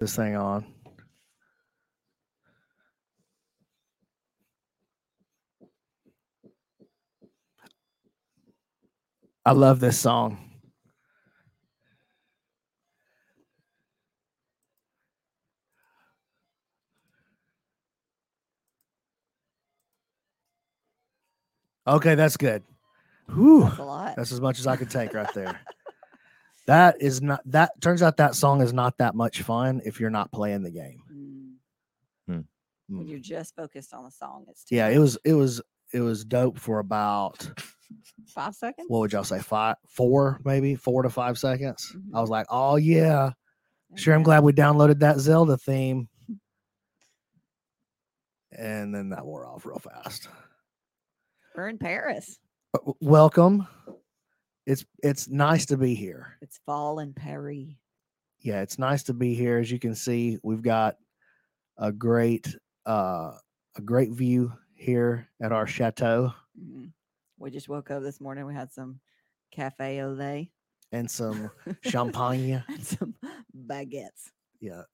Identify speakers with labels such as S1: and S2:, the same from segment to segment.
S1: this thing on. I love this song. Okay, that's good. Whew,
S2: That's a lot.
S1: that's as much as I could take right there. that is not that turns out that song is not that much fun if you're not playing the game.
S2: Mm.
S3: Hmm.
S2: When
S1: Mm.
S2: you're just focused on the song, it's too
S1: Yeah,
S2: much.
S1: it was it was it was dope for about
S2: five seconds.
S1: what would y'all say five four maybe four to five seconds. I
S2: Mhm.
S1: was like, oh yeah,
S2: There
S1: sure. I'm
S2: you go.
S1: glad we downloaded that Zelda theme. And then that wore off real fast.
S2: We're in Paris.
S1: Uh, w- Welcome. It's it's nice to be here.
S2: It's fall in Paris.
S1: yeah, it's nice to be here. As you can see, we've got a great uh a great view here at our chateau
S2: Mhm. We just woke up this morning. We had some cafe au lait
S1: and some champagne.
S2: and some baguettes.
S1: Yeah.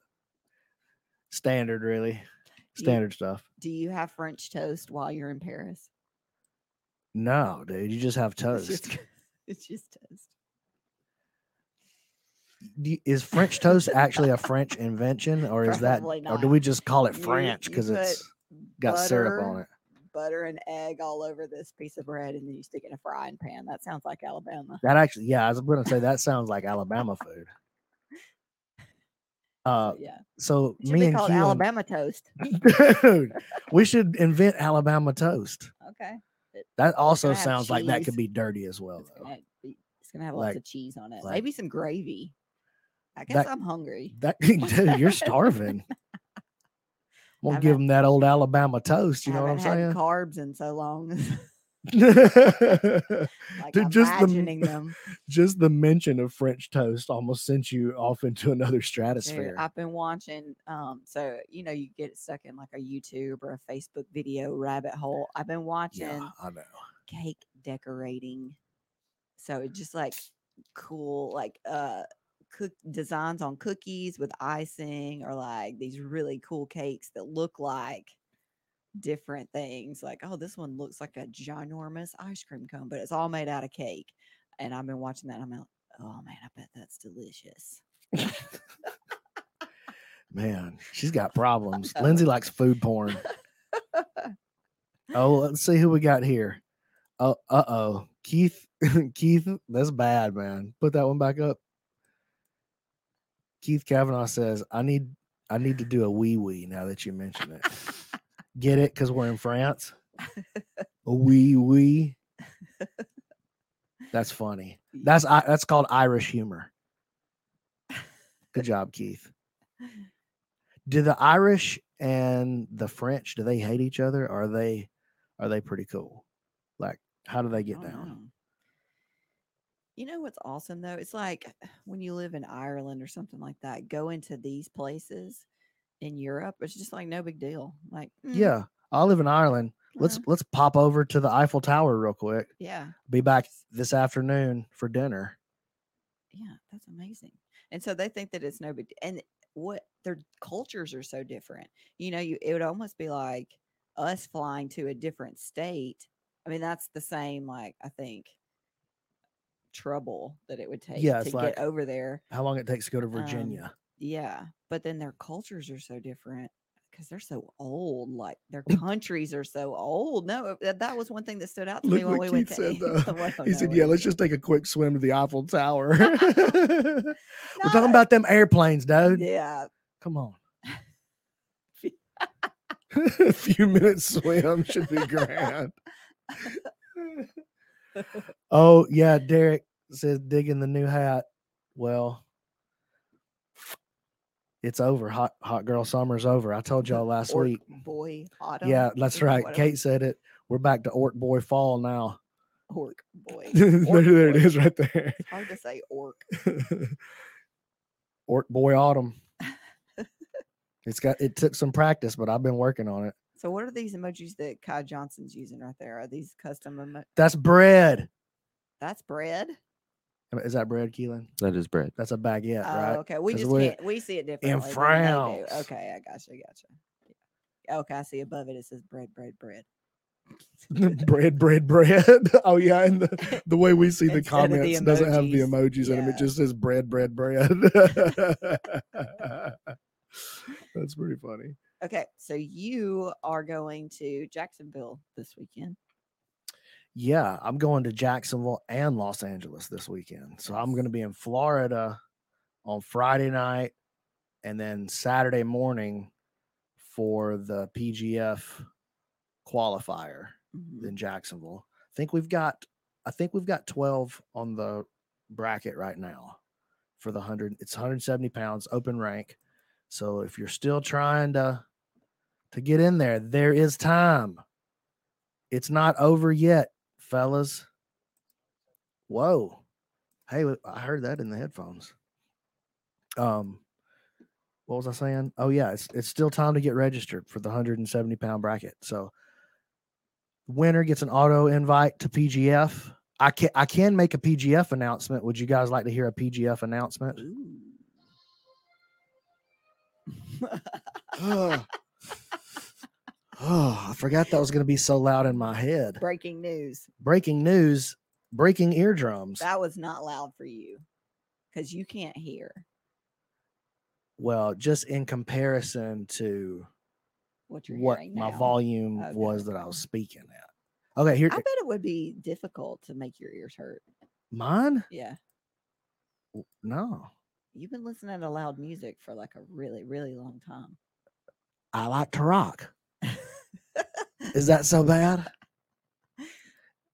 S1: Standard really.
S2: You-
S1: Standard stuff.
S2: Do you have French toast while you're in Paris?
S1: No, dude, you just have
S2: It's
S1: toast.
S2: just, it's just toast.
S1: D- Is French toast actually a French invention or is that
S2: Probably
S1: or do
S2: not.
S1: we just call it
S2: You-
S1: French
S2: you
S1: cuz
S2: put
S1: it's got syrup on it?
S2: Butter and egg all over this piece of bread, and then you stick it in a frying pan. That sounds like Alabama.
S1: That actually yeah, I was going to say that sounds like Alabama food. Uh
S2: But yeah,
S1: so
S2: it should
S1: me
S2: be
S1: and
S2: called
S1: Keelan-
S2: Alabama toast.
S1: Dude, we should invent Alabama toast.
S2: Okay,
S1: That also
S2: gonna have
S1: sounds like that
S2: cheese.
S1: could be dirty as well.
S2: it's
S1: though.
S2: gonna, be, it's gonna have lots
S1: Like-
S2: of cheese on it.
S1: like-
S2: Maybe some gravy. I guess
S1: That-
S2: I'm hungry.
S1: That dude, you're starving. I'm gonna
S2: I've
S1: give
S2: had-
S1: them that old Alabama toast. You know what I'm
S2: haven't had
S1: saying?
S2: Carbs in so long. like
S1: Dude, just the m-
S2: imagining them.
S1: Just the mention of French toast almost sent you off into another
S2: Dude,
S1: stratosphere.
S2: I've been watching. Um, so you know, you get stuck in like a YouTube or a Facebook video rabbit hole. I've been watching
S1: yeah, I know.
S2: cake decorating. So it's just like cool, like uh, cook designs on cookies with icing, or like these really cool cakes that look like different things. Like, oh, this one looks like a ginormous ice cream cone, but it's all made out of cake. And I've been watching that. And I'm like, oh man, I bet that's delicious.
S1: Man, she's got problems.
S2: know.
S1: Lindsay likes food porn. Oh, let's see who we got here. Oh, uh oh, Keith, Keith, that's bad, man. Put that one back up. Keith Kavanaugh says, "I need, I need to do a wee wee now that you mention it. Get it? Because we're in France. A wee wee. That's funny. That's I, that's called Irish humor. Good job, Keith. Do the Irish and the French do they hate each other? Or are they are they pretty cool? Like how do they get
S2: don't
S1: down?
S2: know. Oh, You know what's awesome though? It's like uh, when you live in Ireland or something like that, go into these places in Europe, it's just like no big deal. Like, "Mm,
S1: Yeah, I live in Ireland. Let's
S2: uh,
S1: let's pop over to the Eiffel Tower real quick.
S2: yeah,
S1: Be back this afternoon for dinner.
S2: yeah, that's amazing. And so they think that it's no big and what their cultures are so different. You know, you it would almost be like us flying to a different state. I mean, that's the same like I think trouble that it would take
S1: Yeah,
S2: to
S1: it's like-
S2: get over there.
S1: How long it takes to go to
S2: Um,
S1: Virginia?
S2: Yeah, but then their cultures are so different because they're so old. Like their countries are so old. No, uh, that, that was one thing that stood out to me when we went to. Well, Oh, no, it-
S1: let's just take a quick swim to the Eiffel Tower." We're
S2: no,
S1: talking about them airplanes, dude.
S2: Yeah,
S1: Come on. a few minutes swim should be grand. oh yeah, Derek says digging the new hat. Well, it's over. Hot hot girl summer's over. I told y'all last
S2: Orc
S1: week.
S2: boy autumn.
S1: Yeah, that's
S2: is
S1: right.
S2: whatever.
S1: Kate said it. We're back to Orc Boy Fall now.
S2: Orc boy.
S1: there,
S2: Orc
S1: there it
S2: boy.
S1: is, right there.
S2: It's hard to say orc.
S1: Orc Boy Autumn. It's got. It took some practice, but I've been working on it.
S2: So what are these emojis that Kai Johnson's using right there? Are these custom emo-
S1: That's bread.
S2: That's bread.
S1: Is that bread, Keelan?
S3: That is bread.
S1: That's a baguette,
S2: Oh,
S1: right?
S2: okay. We
S1: 'Cause
S2: just
S1: what-
S2: can't, we see it differently. than they do.
S1: France.
S2: Okay, I gotcha, gotcha. Yeah. Okay, I see above it. It says bread, bread, bread.
S1: bread, bread, bread. Oh yeah, and the, the way we see the
S2: Instead of the
S1: comments doesn't have the
S2: emojis,
S1: emojis in them. It
S2: yeah.
S1: just says bread, bread, bread. That's pretty funny.
S2: Okay, so you are going to Jacksonville this weekend.
S1: Yeah, I'm going to Jacksonville and Los Angeles this weekend. So I'm
S2: Nice.
S1: going to be in Florida on Friday night and then Saturday morning for the PGF qualifier
S2: Mhm.
S1: in Jacksonville. I think we've got I think we've got 12 on the bracket right now for the 100 it's 170 pounds open rank. So if you're still trying to to get in there, there is time. It's not over yet, fellas. Whoa. Hey, w- I heard that in the headphones. Um what was I saying? Oh yeah, it's it's still time to get registered for the 170 pound bracket. So winner gets an auto invite to PGF. I can I can make a PGF announcement. Would you guys like to hear a PGF announcement?
S2: Ooh.
S1: oh, I forgot that was going to be so loud in my head.
S2: Breaking news.
S1: Breaking news, breaking eardrums.
S2: That was not loud for you because you can't hear
S1: Well, just in comparison to
S2: what you're
S1: what
S2: hearing
S1: my
S2: now.
S1: volume
S2: Okay.
S1: was that I was speaking at. Okay, here
S2: I bet it would be difficult to make your ears hurt.
S1: mine?
S2: Yeah.
S1: W- No.
S2: You've been listening to loud music for like a really, really long time.
S1: I like to rock. Is that so bad?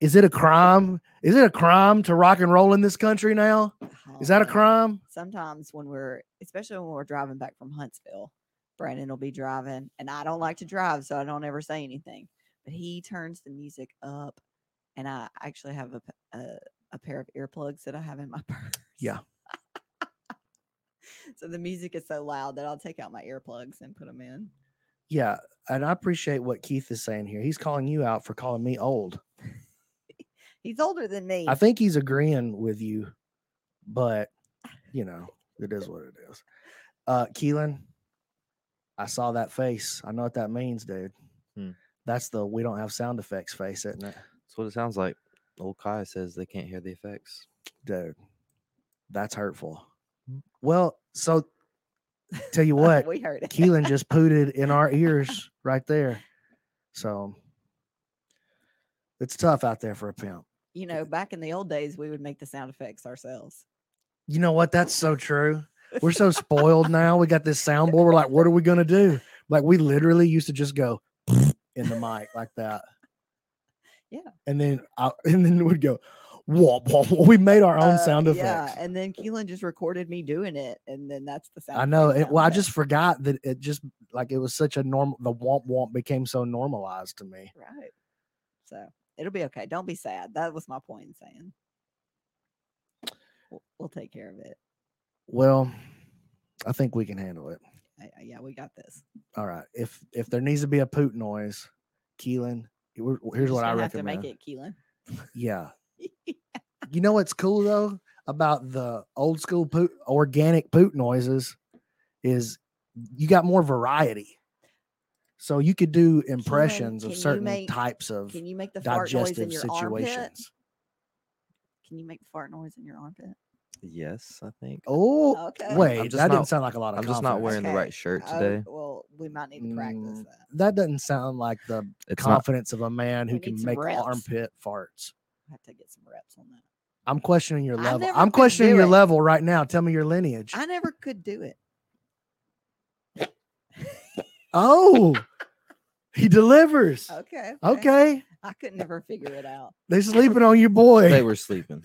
S1: Is it a crime? Is it a crime to rock and roll in this country now?
S2: I
S1: Is
S2: don't
S1: that a
S2: know.
S1: crime?
S2: Sometimes when we're, especially when we're driving back from Huntsville, Brandon will be driving, and I don't like to drive, so I don't ever say anything. But he turns the music up, and I actually have a p- a, a pair of earplugs that I have in my purse.
S1: Yeah.
S2: so the music is so loud that I'll take out my earplugs and put them in.
S1: Yeah, and I appreciate what Keith is saying here. He's calling you out for calling me old.
S2: He's older than me.
S1: I think he's agreeing with you, but you know, it is what it is. Uh Keelan, I saw that face. I know what that means, dude.
S3: Hmm.
S1: That's the we don't have sound effects face, isn't it?
S3: That's what it sounds like. Old Kai says they can't hear the effects.
S1: Dude. That's hurtful. Well, so tell you what,
S2: we heard it.
S1: Keelan just pooted in our ears right there. So it's tough out there for a pimp.
S2: you know, back in the old days, we would make the sound effects ourselves.
S1: You know what? That's so true. We're so spoiled now. We got this soundboard. We're like, what are we gonna do? Like we literally used to just go in the mic like that.
S2: Yeah.
S1: And then I, and then we'd go, whoop, whoop, whoop." we made our own
S2: Uh,
S1: sound
S2: Yeah,
S1: effects.
S2: and then Keelan just recorded me doing it, and then that's the sound.
S1: I know.
S2: effect
S1: It, well, I
S2: sound
S1: just forgot that it just like it was such a normal the womp womp became so normalized to me.
S2: effect. right. So it'll be okay. Don't be sad. That was my point in saying. We'll, we'll take care of it.
S1: Well, I think we can handle it.
S2: I, I- yeah, we got this.
S1: All right. If if there needs to be a poot noise, Keelan, we're- here's
S2: Just
S1: what I
S2: gonna
S1: recommend.
S2: Have to make it, Keelan.
S1: Yeah. you know what's cool though about the old school poot, organic poot noises is you got more variety. So you could do impressions
S2: can
S1: of
S2: you
S1: certain
S2: make-
S1: types of
S2: Can you make the fart noise in
S1: digestive
S2: your armpit?
S1: situations.
S2: Can you make the fart noise in your armpit?
S3: Yes, I think.
S1: Oh,
S2: Okay.
S1: wait,
S3: I'm
S1: that
S3: just
S1: didn't
S3: not-
S1: sound like a lot of.
S3: I'm just not wearing
S1: confidence.
S3: the right shirt
S2: Oh,
S3: today.
S2: well, we might need to practice
S1: Mm,
S2: that.
S1: That doesn't sound like the
S3: It's not.
S1: confidence of a man who
S2: We need
S1: can
S2: some
S1: make
S2: reps.
S1: armpit farts.
S2: I have to get some reps on that.
S1: I'm questioning your
S2: I
S1: level.
S2: never
S1: I'm
S2: could
S1: questioning
S2: do
S1: your
S2: it.
S1: level right now. Tell me your lineage.
S2: I never could do it.
S1: oh, he
S2: Oh,
S1: delivers.
S2: Okay.
S1: okay.
S2: I could never figure it out.
S1: They sleeping on your
S3: They
S1: boy.
S3: were sleeping.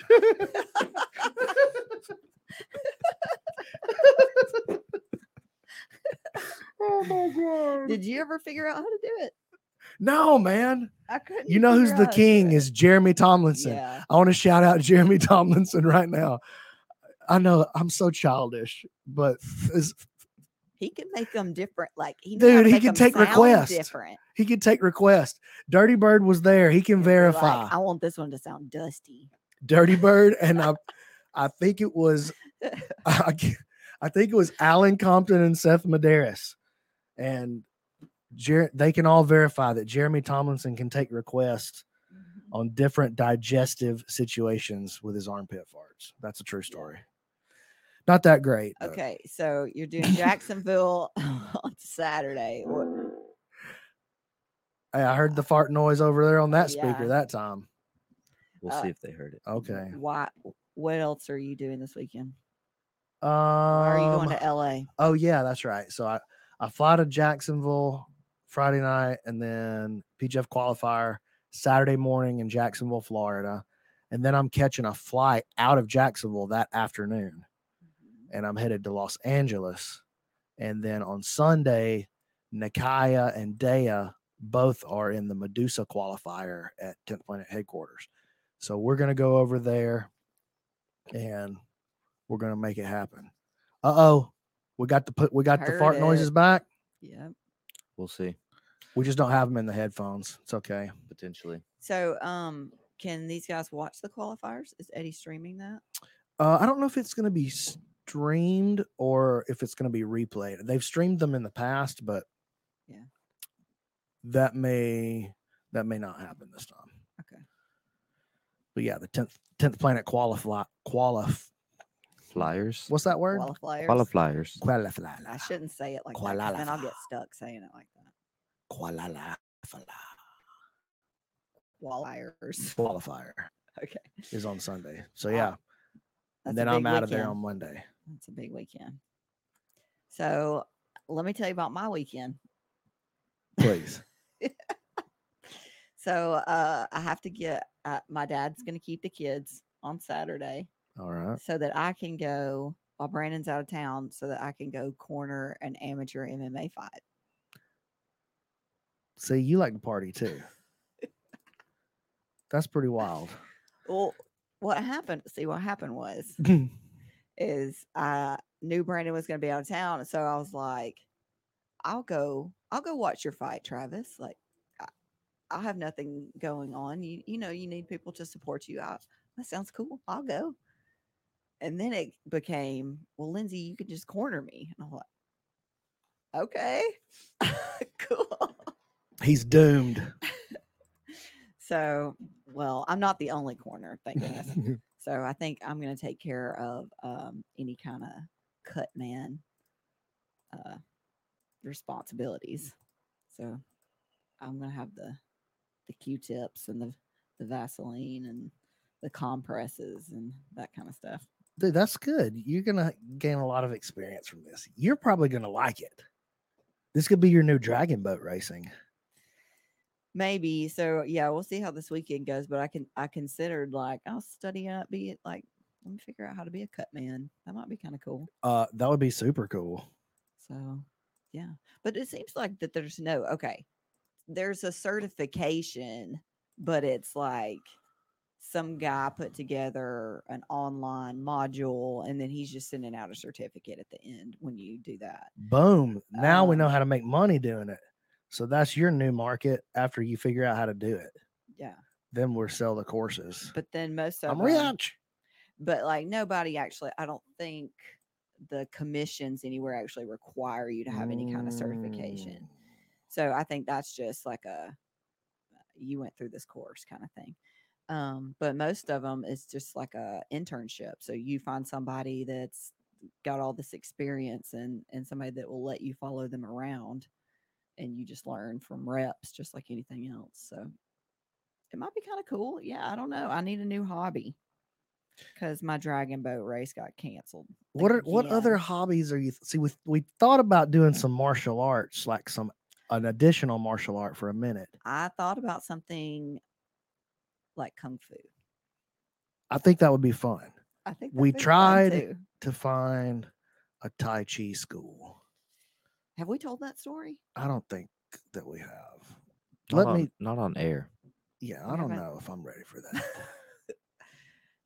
S1: Oh my
S2: Did you ever figure out how to do it?
S1: No, man.
S2: I couldn't.
S1: You know who's
S2: figure
S1: the
S2: out how to do
S1: king
S2: it.
S1: is Jeremy Tomlinson.
S2: Yeah.
S1: I want to shout out Jeremy Tomlinson right now. I know I'm so childish, but it's-
S2: He could make them different. Like he knew how
S1: Dude,
S2: to
S1: he
S2: make
S1: could
S2: 'em
S1: take
S2: sound
S1: requests.
S2: Different.
S1: he could take requests. Dirty Bird was there. He can
S2: He'd be like,
S1: verify.
S2: I want this one to sound dusty.
S1: Dirty Bird and I I think it was I, can't- I think it was Alan Compton and Seth Medeiros, and Jer- they can all verify that Jeremy Tomlinson can take requests
S2: Mhm.
S1: on different digestive situations with his armpit farts. That's a true story. Not that great. but
S2: Okay, so you're doing Jacksonville on Saturday. Wha-
S1: hey, I heard the fart noise over there on that
S2: Oh, Yeah.
S1: speaker that time.
S3: We'll
S2: Uh,
S3: see if they heard it.
S1: Okay.
S2: Why? What else are you doing this weekend?
S1: Um,
S2: Mm-hmm. Why are you going to LA?
S1: Oh yeah, that's right. So I I fly to Jacksonville Friday night, and then PGF qualifier Saturday morning in Jacksonville, Florida, and then I'm catching a flight out of Jacksonville that afternoon, and I'm headed to Los Angeles, and then on Sunday, Nakaya and Dea both are in the Medusa qualifier at 10th Planet headquarters, so we're gonna go over there, and we're gonna make it happen. Uh oh. We got the put. We got the
S2: Heard
S1: fart noises
S2: it.
S1: back.
S2: Yeah.
S3: We'll see.
S1: We just don't have them in the headphones. It's okay.
S3: Potentially.
S2: So, um, can these guys watch the qualifiers? Is Eddie streaming that?
S1: Uh, I don't know if it's going to be streamed or if it's going to be replayed. They've streamed them in the past, but
S2: Yeah.
S1: that may that may not happen this time.
S2: Okay.
S1: But yeah, the tenth tenth planet qualify qualif.
S3: Flyers.
S1: What's that word?
S2: Qualifiers.
S3: Qualifiers.
S1: Qualify.
S2: I shouldn't say it like that. 'cause Then I'll get
S1: Qualifier.
S2: stuck saying it like that.
S1: Qualify.
S2: Qualifiers.
S1: Qualifier
S2: Okay.
S1: is on Sunday. So
S2: Wow.
S1: yeah,
S2: That's a
S1: and then I'm
S2: big
S1: out of there
S2: weekend.
S1: on Monday.
S2: That's a big weekend. So let me tell you about my weekend.
S1: Please.
S2: So uh, I have to get uh, my dad's going to keep the kids on Saturday
S1: All right.
S2: so that I can go while Brandon's out of town, so that I can go corner an amateur MMA fight.
S1: See, you like to party too. That's pretty wild.
S2: Well, what happened? See, what happened was is I knew Brandon was going to be out of town, so I was like, "I'll go, I'll go watch your fight, Travis." Like, I, I have nothing going on. You, you know, you need people to support you. I, that sounds cool. I'll go. And then it became, "Well, Lindsay, you can just corner me," and I'm like, "Okay, cool."
S1: He's doomed.
S2: So, well, I'm not the only corner, thank goodness. So I think I'm going to take care of um, any kind of cut man uh, responsibilities. So I'm going to have the the Q-tips and the the Vaseline and the compresses and that kind of stuff.
S1: Dude, that's good. You're gonna gain a lot of experience from this. You're probably gonna like it. This could be your new dragon boat racing.
S2: Maybe so. Yeah, we'll see how this weekend goes. But I can I considered like I'll study up, be it like let me figure out how to be a cut man. That might be kind of cool.
S1: Uh, that would be super cool.
S2: So, yeah. But it seems like that there's no, okay, there's a certification, but it's like some guy put together an online module and then he's just sending out a certificate at the end when you do that.
S1: Boom. Now we
S2: Um,
S1: know how to make money doing it. So that's your new market after you figure out how to do it.
S2: Yeah.
S1: Then we'll sell the courses.
S2: But then most of
S1: I'm
S2: 'em-
S1: rich.
S2: but like nobody actually, I don't think the commissions anywhere actually require you to have any kind of certification.
S1: Mm.
S2: So I think that's just like a uh, you went through this course kind of thing. Um, but most of them is just like a internship. So you find somebody that's got all this experience and and somebody that will let you follow them around and you just learn from reps just like anything else. So it might be kind of cool. Yeah, I don't know. I need a new hobby because my dragon boat race got canceled. like,
S1: What are what
S2: again.
S1: other hobbies are you see? We we thought about doing some martial arts, like some an additional martial art for a minute.
S2: I thought about something like kung fu.
S1: I think that would be fun
S2: I think
S1: We
S2: that'd be fun,
S1: tried-
S2: too.
S1: to find a Tai Chi school.
S2: Have we told that story?
S1: I don't think that we have.
S3: Not
S1: Let
S3: on-
S1: me.
S3: Not on air.
S1: Yeah,
S2: we
S1: I don't
S2: haven't.
S1: know if I'm ready for that.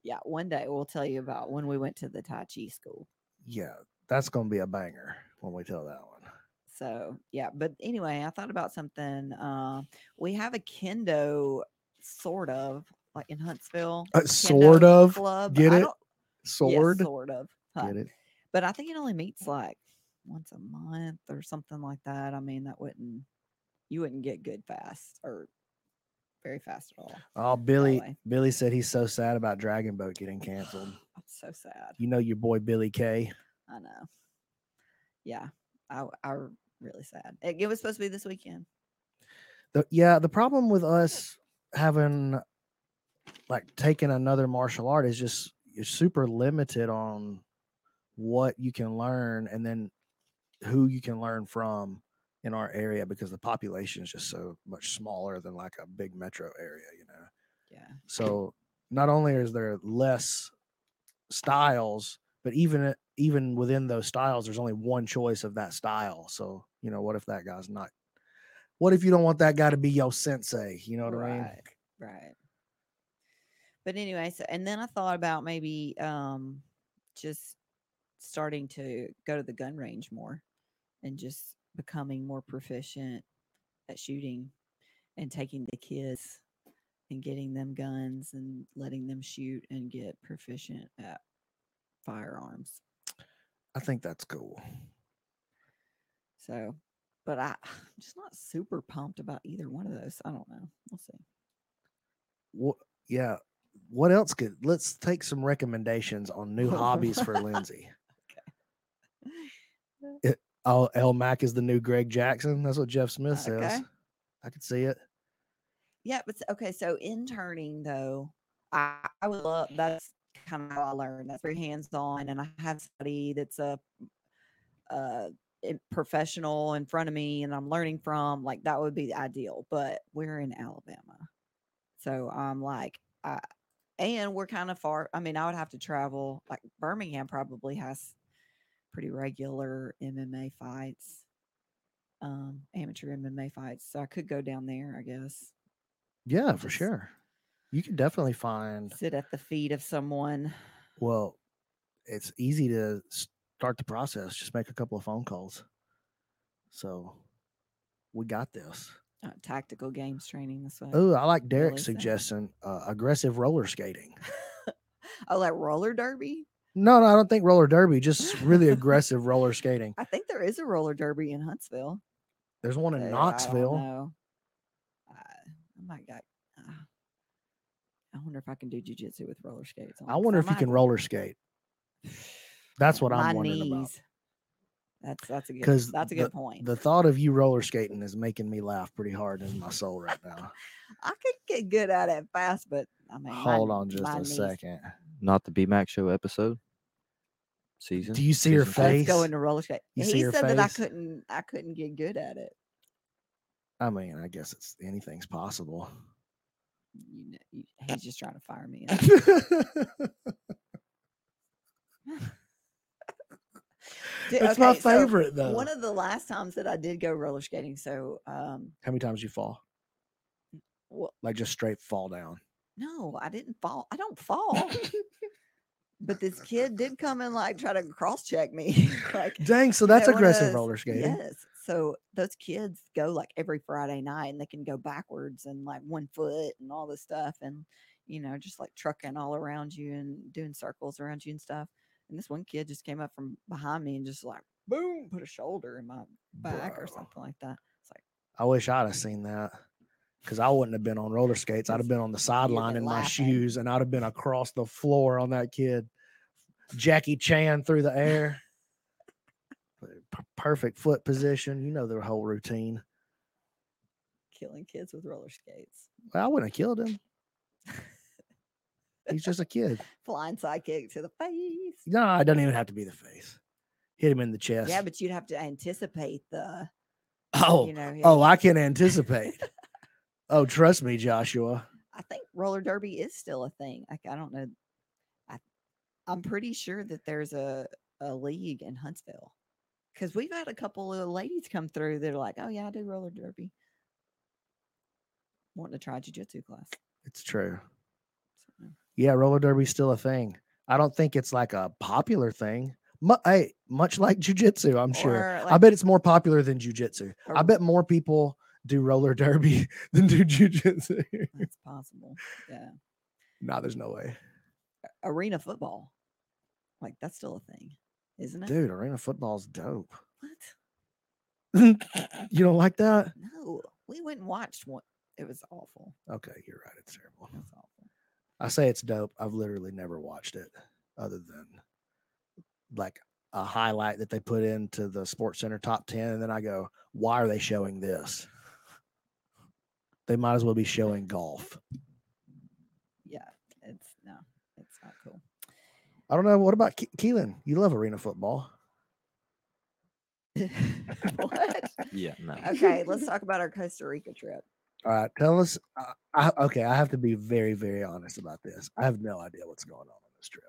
S2: yeah, one day we'll tell you about when we went to the Tai Chi school.
S1: yeah, that's gonna be a banger when we tell that one. Uh,
S2: So yeah, but anyway, I thought about something. Uh, we have a kendo, sort of like in Huntsville.
S1: Uh,
S2: kendo
S1: sort of.
S2: club.
S1: Get
S2: I
S1: it?
S2: don't- Yes,
S1: Sword.
S2: sort of. Huh.
S1: Get it?
S2: But I think it only meets like once a month or something like that. I mean, that wouldn't you wouldn't get good fast or very fast at all.
S1: Oh, Billy.
S2: way.
S1: Billy said he's so sad about Dragon Boat getting canceled.
S2: I'm so sad.
S1: You know your boy Billy K.
S2: I know. Yeah, I w- I r- really sad. It, it was supposed to be this weekend.
S1: The, yeah, the problem with us having like taking another martial art is just you're super limited on what you can learn and then who you can learn from in our area because the population is just so much smaller than like a big metro area, you know.
S2: Yeah.
S1: So not only is there less styles, but even i- even within those styles, there's only one choice of that style. So you know, what if that guy's not? What if you don't want that guy to be your sensei? You know what I mean?
S2: right, Right. But anyway, so and then I thought about maybe um just starting to go to the gun range more and just becoming more proficient at shooting and taking the kids and getting them guns and letting them shoot and get proficient at firearms.
S1: I think that's cool.
S2: So, but I, I'm just not super pumped about either one of those. I don't know. We'll see.
S1: What? Yeah. What else could? Let's take some recommendations on new hobbies for Lindsay. It, oh, L Mac is the new Greg Jackson. That's what Jeff Smith says.
S2: Okay.
S1: I could see it.
S2: Yeah, but s- okay. So interning though, I, I would love. That's kind of how I learned. That's very hands on, and I have somebody that's a, uh a professional in front of me, and I'm learning from. Like that would be ideal. But we're in Alabama, so I'm like, I, and we're kind of far. I mean, I would have to travel. Like Birmingham probably has pretty regular MMA fights, um, amateur MMA fights. So I could go down there, I guess
S1: Yeah, for
S2: Just-
S1: sure. You could definitely find
S2: sit at the feet of someone.
S1: Well, it's easy to s- start the process. Just make a couple of phone calls. So we got this.
S2: Uh, tactical games training this way.
S1: Oh, I like Derek's
S2: is that?
S1: suggestion uh, aggressive roller skating.
S2: Oh, like roller derby.
S1: No, no, I don't think roller derby, just really aggressive roller skating.
S2: I think there is a roller derby in Huntsville.
S1: There's one
S2: so I
S1: in
S2: don't
S1: Knoxville.
S2: know. I, I might got. Uh, I wonder if I can do jujitsu with roller skates. on,
S1: I
S2: 'cause
S1: wonder if you
S2: might-
S1: can roller skate. That's what I'm
S2: my
S1: wondering about.
S2: knees. That's that's a good.
S1: 'Cause
S2: That's a good point.
S1: The thought of you roller skating is making me laugh pretty hard in my soul right now.
S2: I could get good at it fast, but I mean, my-
S1: Hold on just
S2: my
S1: a
S2: knees-
S1: second.
S3: Not the B Mac Show episode season.
S1: Do you see her
S3: Season four.
S1: face?
S2: Let's go into roller skate.
S1: You see
S2: he
S1: her
S2: said that I
S1: face?
S2: couldn't. I couldn't get good at it.
S1: I mean, I guess it's anything's possible.
S2: You know, you, he's just trying to fire me. up.
S1: it's
S2: Di-
S1: my
S2: okay, so
S1: favorite though.
S2: One of the last times that I did go roller skating, so um,
S1: How many times you fall?
S2: well,
S1: Like just straight fall down.
S2: no, I didn't fall. I don't fall. but this kid did come and like try to cross check me. like
S1: Dang, so
S2: you know,
S1: that's
S2: one of
S1: aggressive
S2: those-
S1: roller skating.
S2: Yes. So those kids go like every Friday night and they can go backwards and like one foot and all this stuff and you know, just like trucking all around you and doing circles around you and stuff. And this one kid just came up from behind me and just like boom, put a shoulder in my back or
S1: Bro.
S2: something like that. It's like
S1: I wish I'd have seen that. Cause I wouldn't have been on roller skates. I'd have been on the sideline
S2: been
S1: in my
S2: laughing.
S1: shoes and I'd have been across the floor on that kid. Jackie Chan through the air. P- Perfect foot position. You know the whole routine.
S2: killing kids with roller skates.
S1: Well, I wouldn't have killed him. He's just a kid.
S2: Flying sidekick to the face.
S1: No, it doesn't even have to be the face. Hit him in the chest.
S2: Yeah, but you'd have to anticipate the
S1: oh,
S2: you know,
S1: oh,
S2: his-
S1: I can anticipate. oh, trust me, Joshua.
S2: I think roller derby is still a thing. Like I don't know. I I'm pretty sure that there's a a league in Huntsville because we've had a couple of ladies come through. They're like, "Oh yeah, I do roller derby." Wanting to try jujitsu class.
S1: It's true.
S2: So,
S1: Yeah, roller derby's still a thing. I don't think it's like a popular thing. Mu- hey, much like jujitsu, I'm sure.
S2: or,
S1: I
S2: like,
S1: bet it's more popular than jujitsu. I
S2: or-
S1: bet more people do roller derby than do jujitsu.
S2: that's possible. Yeah,
S1: nah, there's no way.
S2: arena football. Like that's still a thing, isn't it?
S1: Dude, arena football's dope.
S2: What?
S1: you don't like that?
S2: No, we went and watched one. It was awful.
S1: Okay, you're right. It's terrible.
S2: It was awful.
S1: I say it's dope. I've literally never watched it other than like a highlight that they put into the Sports Center top 10. And then I go, why are they showing this? They might as well be showing golf.
S2: Yeah, it's no, it's not cool.
S1: I don't know. What about Ke- Keelan? You love arena football.
S2: what?
S3: Yeah, no.
S2: Okay, let's talk about our Costa Rica trip.
S1: All right. Tell us. Uh, I, okay. I have to be very, very honest about this. I have no idea what's going on on this trip.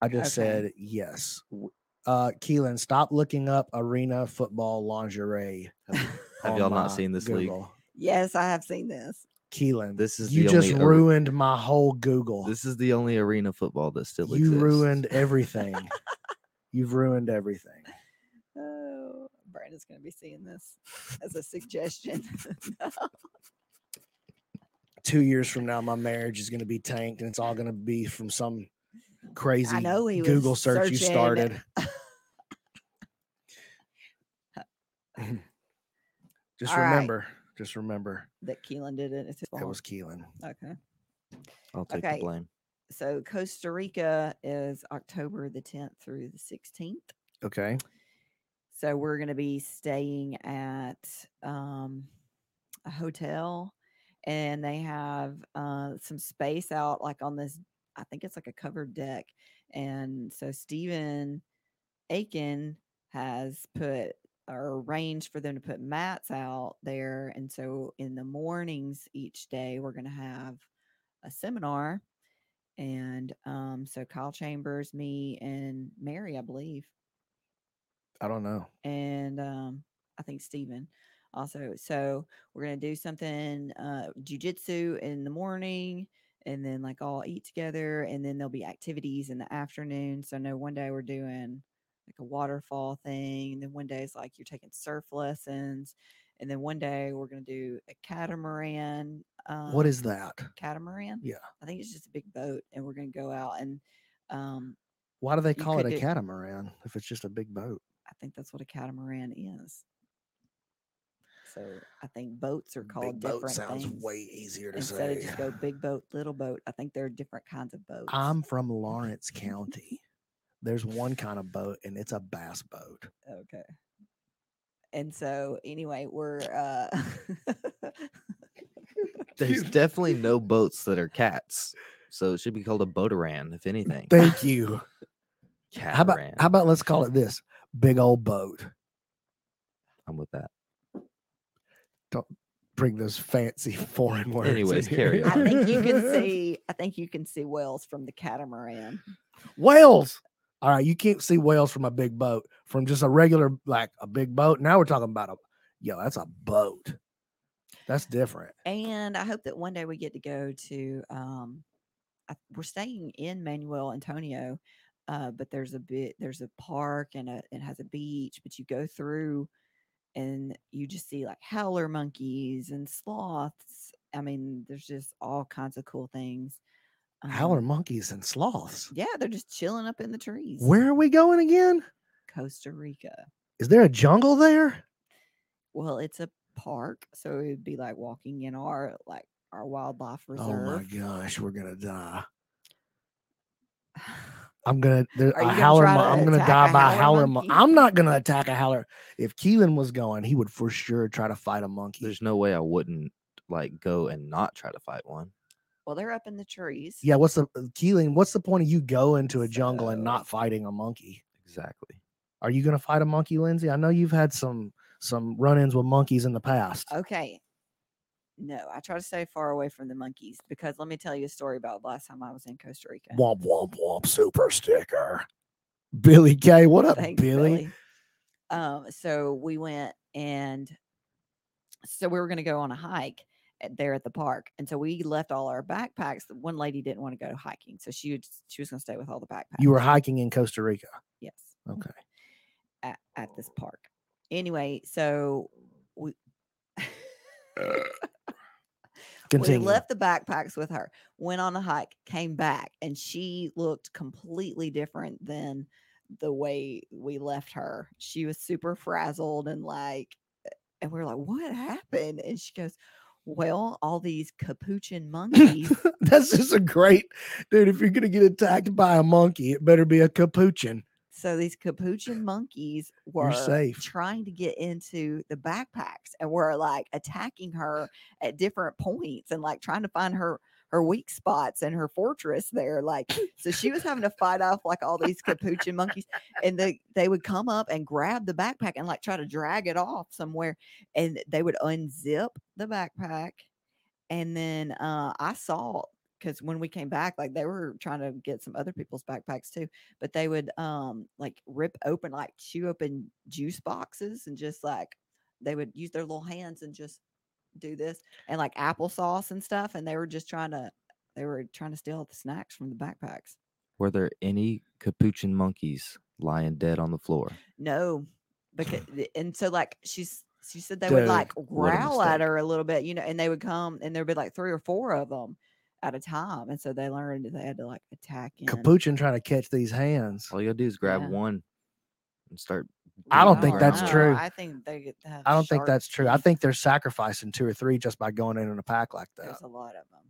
S1: I just
S2: Okay.
S1: said yes. W- Uh, Keelan, stop looking up arena football lingerie.
S3: Have
S1: on
S3: y'all not
S1: my
S3: seen this leak?
S1: Google.
S2: yes, I have seen this.
S1: Keelan,
S3: This is
S1: you
S3: the
S1: just
S3: only ar-
S1: ruined my whole Google.
S3: This is the only arena football that still
S1: you
S3: exists.
S1: ruined everything. You've ruined everything.
S2: Oh, Brandon's going to be seeing this as a suggestion.
S1: Two years from now, my marriage is going to be tanked, and it's all going to be from some crazy
S2: know he was
S1: Google search you
S2: searching-
S1: started. just
S2: All right.
S1: remember, just remember,
S2: that Keelan did it. It's his
S1: it
S2: fault.
S1: was Keelan.
S2: okay.
S3: I'll take
S2: Okay.
S3: the blame.
S2: So Costa Rica is October the 10th through the 16th.
S1: Okay,
S2: So we're going to be staying at um, a hotel, and they have uh, some space out, like on this. I think it's like a covered deck, and so Stephen Aiken has put or arranged for them to put mats out there, and so in the mornings each day we're going to have a seminar, and um, so Kyle Chambers, me, and Mary, I believe
S1: I don't know.
S2: and um, I think Steven also. So we're gonna do something uh, jujitsu in the morning, and then like all eat together, and then there'll be activities in the afternoon. So no, one day we're doing like a waterfall thing, and then one day it's like you're taking surf lessons, and then one day we're gonna do a catamaran. Um,
S1: what is that?
S2: catamaran?
S1: Yeah.
S2: I think it's just a big boat, and we're gonna go out and. Um,
S1: Why do they
S2: you
S1: call it
S2: could
S1: a
S2: do-
S1: catamaran if it's just a big boat?
S2: I think that's what a catamaran is. So I think boats are
S1: big
S2: called
S1: boat
S2: different
S1: sounds
S2: things.
S1: way easier to
S2: Instead of
S1: say.
S2: just go big boat, little boat, I think there are different kinds of boats.
S1: I'm from Lawrence County. There's one kind of boat, and it's a bass boat.
S2: okay. And so anyway, we're uh
S3: There's definitely no boats that are cats. So it should be called a boateran, if anything.
S1: Thank you.
S3: Cat
S1: How about how about let's call it this big old boat?
S3: I'm with that.
S1: Bring those fancy foreign words. in
S3: Anyways,
S1: here.
S3: carry
S2: I
S3: on.
S2: think you can see I think you can see whales from the catamaran.
S1: whales. All right, you can't see whales from a big boat. From just a regular like a big boat. Now we're talking about a yo. That's a boat. That's different.
S2: And I hope that one day we get to go to. Um, I, we're staying in Manuel Antonio, uh, but there's a bit there's a park and a it has a beach, but you go through and you just see like howler monkeys and sloths. I mean, there's just all kinds of cool things.
S1: Howler
S2: Um,
S1: monkeys and sloths.
S2: Yeah, they're just chilling up in the trees.
S1: Where are we going again?
S2: Costa Rica.
S1: Is there a jungle there?
S2: Well, it's a park, so it'd be like walking in our like our wildlife reserve.
S1: Oh my gosh, we're gonna die. I'm gonna there,
S2: Are you
S1: a
S2: gonna
S1: howler.
S2: try
S1: Mo-
S2: to
S1: I'm gonna
S2: attack
S1: die
S2: a
S1: by a
S2: howler
S1: howler. Mo-
S2: monkey?
S1: I'm not gonna attack a howler. If Keelan was going, he would for sure try to fight a monkey.
S3: There's no way I wouldn't like go and not try to fight one.
S2: well, they're up in the trees.
S1: yeah, what's the uh, Keelan? What's the point of you going to a
S2: uh,
S1: jungle and
S2: So-
S1: not fighting a monkey?
S3: Exactly.
S1: Are you gonna fight a monkey, Lindsay? I know you've had some some run-ins with monkeys in the past.
S2: Okay. No, I try to stay far away from the monkeys because let me tell you a story about last time I was in Costa Rica.
S1: Womp womp womp. Super sticker. Billy K. What up,
S2: Thanks,
S1: Billy?
S2: Billy. Um, so we went and so we were going to go on a hike at- there at the park, and so we left all our backpacks. The One lady didn't want to go hiking, so she would, she was going to stay with all the backpacks.
S1: You were hiking in Costa Rica.
S2: yes,
S1: Okay.
S2: at, at this park. Anyway, so we
S1: Continue.
S2: We left the backpacks with her, went on a hike, came back, and she looked completely different than the way we left her. She was super frazzled and like, eh, and we are like, what happened? And she goes, well, all these capuchin monkeys.
S1: That's just a great dude. If you're gonna get attacked by a monkey, it better be a capuchin.
S2: so these capuchin monkeys
S1: You're
S2: were
S1: safe.
S2: trying to get into the backpacks and were like attacking her at different points and like trying to find her her weak spots and her fortress there like so she was having to fight off like all these capuchin monkeys and they they would come up and grab the backpack and like try to drag it off somewhere and they would unzip the backpack and then uh i saw because when we came back like they were trying to get some other people's backpacks too but they would um like rip open like chew open juice boxes and just like they would use their little hands and just do this and like applesauce and stuff and they were just trying to they were trying to steal the snacks from the backpacks
S3: Were there any capuchin monkeys lying dead on the floor?
S2: no because and so like she's she said they would
S1: Dude,
S2: like
S3: a
S2: growl at
S3: mistake.
S2: her a little bit you know and they would come and there'd be like three or four of them at a time and so they learned that they had to like attack in.
S1: Capuchin trying to catch these hands.
S3: All you gotta do is grab
S2: Yeah.
S3: one and start.
S1: I don't
S3: beating
S1: think
S3: them
S1: that's
S3: around.
S2: know.
S1: true.
S2: i think they get to have
S1: I don't think
S2: sharp
S1: that's true. I
S2: teeth.
S1: think they're sacrificing two or three just by going in in a pack like that.
S2: There's a lot of them.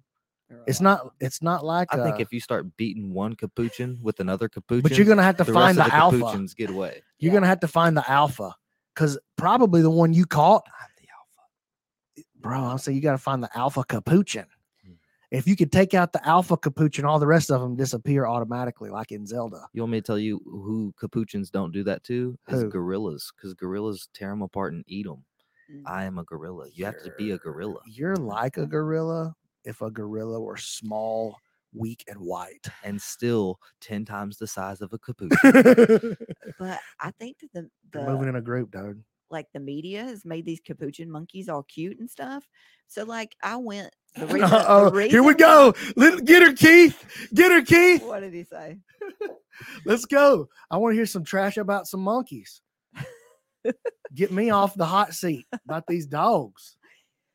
S2: There are a
S1: It's
S2: lot of
S1: not. It's not like.
S3: I think
S1: uh,
S3: if you start beating one capuchin with another capuchin,
S1: but you're gonna have to
S3: the
S1: find
S3: rest
S1: the,
S3: of the
S1: alpha.
S3: capuchins get away.
S1: You're
S2: Yeah.
S1: gonna have to find the alpha because probably the one you caught, eh,
S3: I'm the alpha.
S1: bro. I'm saying you gotta find the alpha capuchin.
S3: Hmm.
S1: If you could take out the alpha capuchin, all the rest of them disappear automatically, like in Zelda.
S3: You want me to tell you who capuchins don't do that to? Is
S1: Who?
S3: gorillas, because gorillas tear them apart and eat them.
S2: Mm.
S3: I am a gorilla. You have to be a gorilla,
S1: You're like a gorilla if a gorilla were small, weak, and white.
S3: and still ten times the size of a capuchin.
S1: You're
S2: them. But I think that the,
S1: moving
S2: the
S1: in a group, dude.
S2: like the media has made these capuchin monkeys all cute and stuff. So like I went the reason, the reason-
S1: Oh, go. Let- Get her, Keith. Get her, Keith.
S2: What did he say?
S1: Let's go. I want to hear some trash about some monkeys. Get me off the hot seat about these dogs.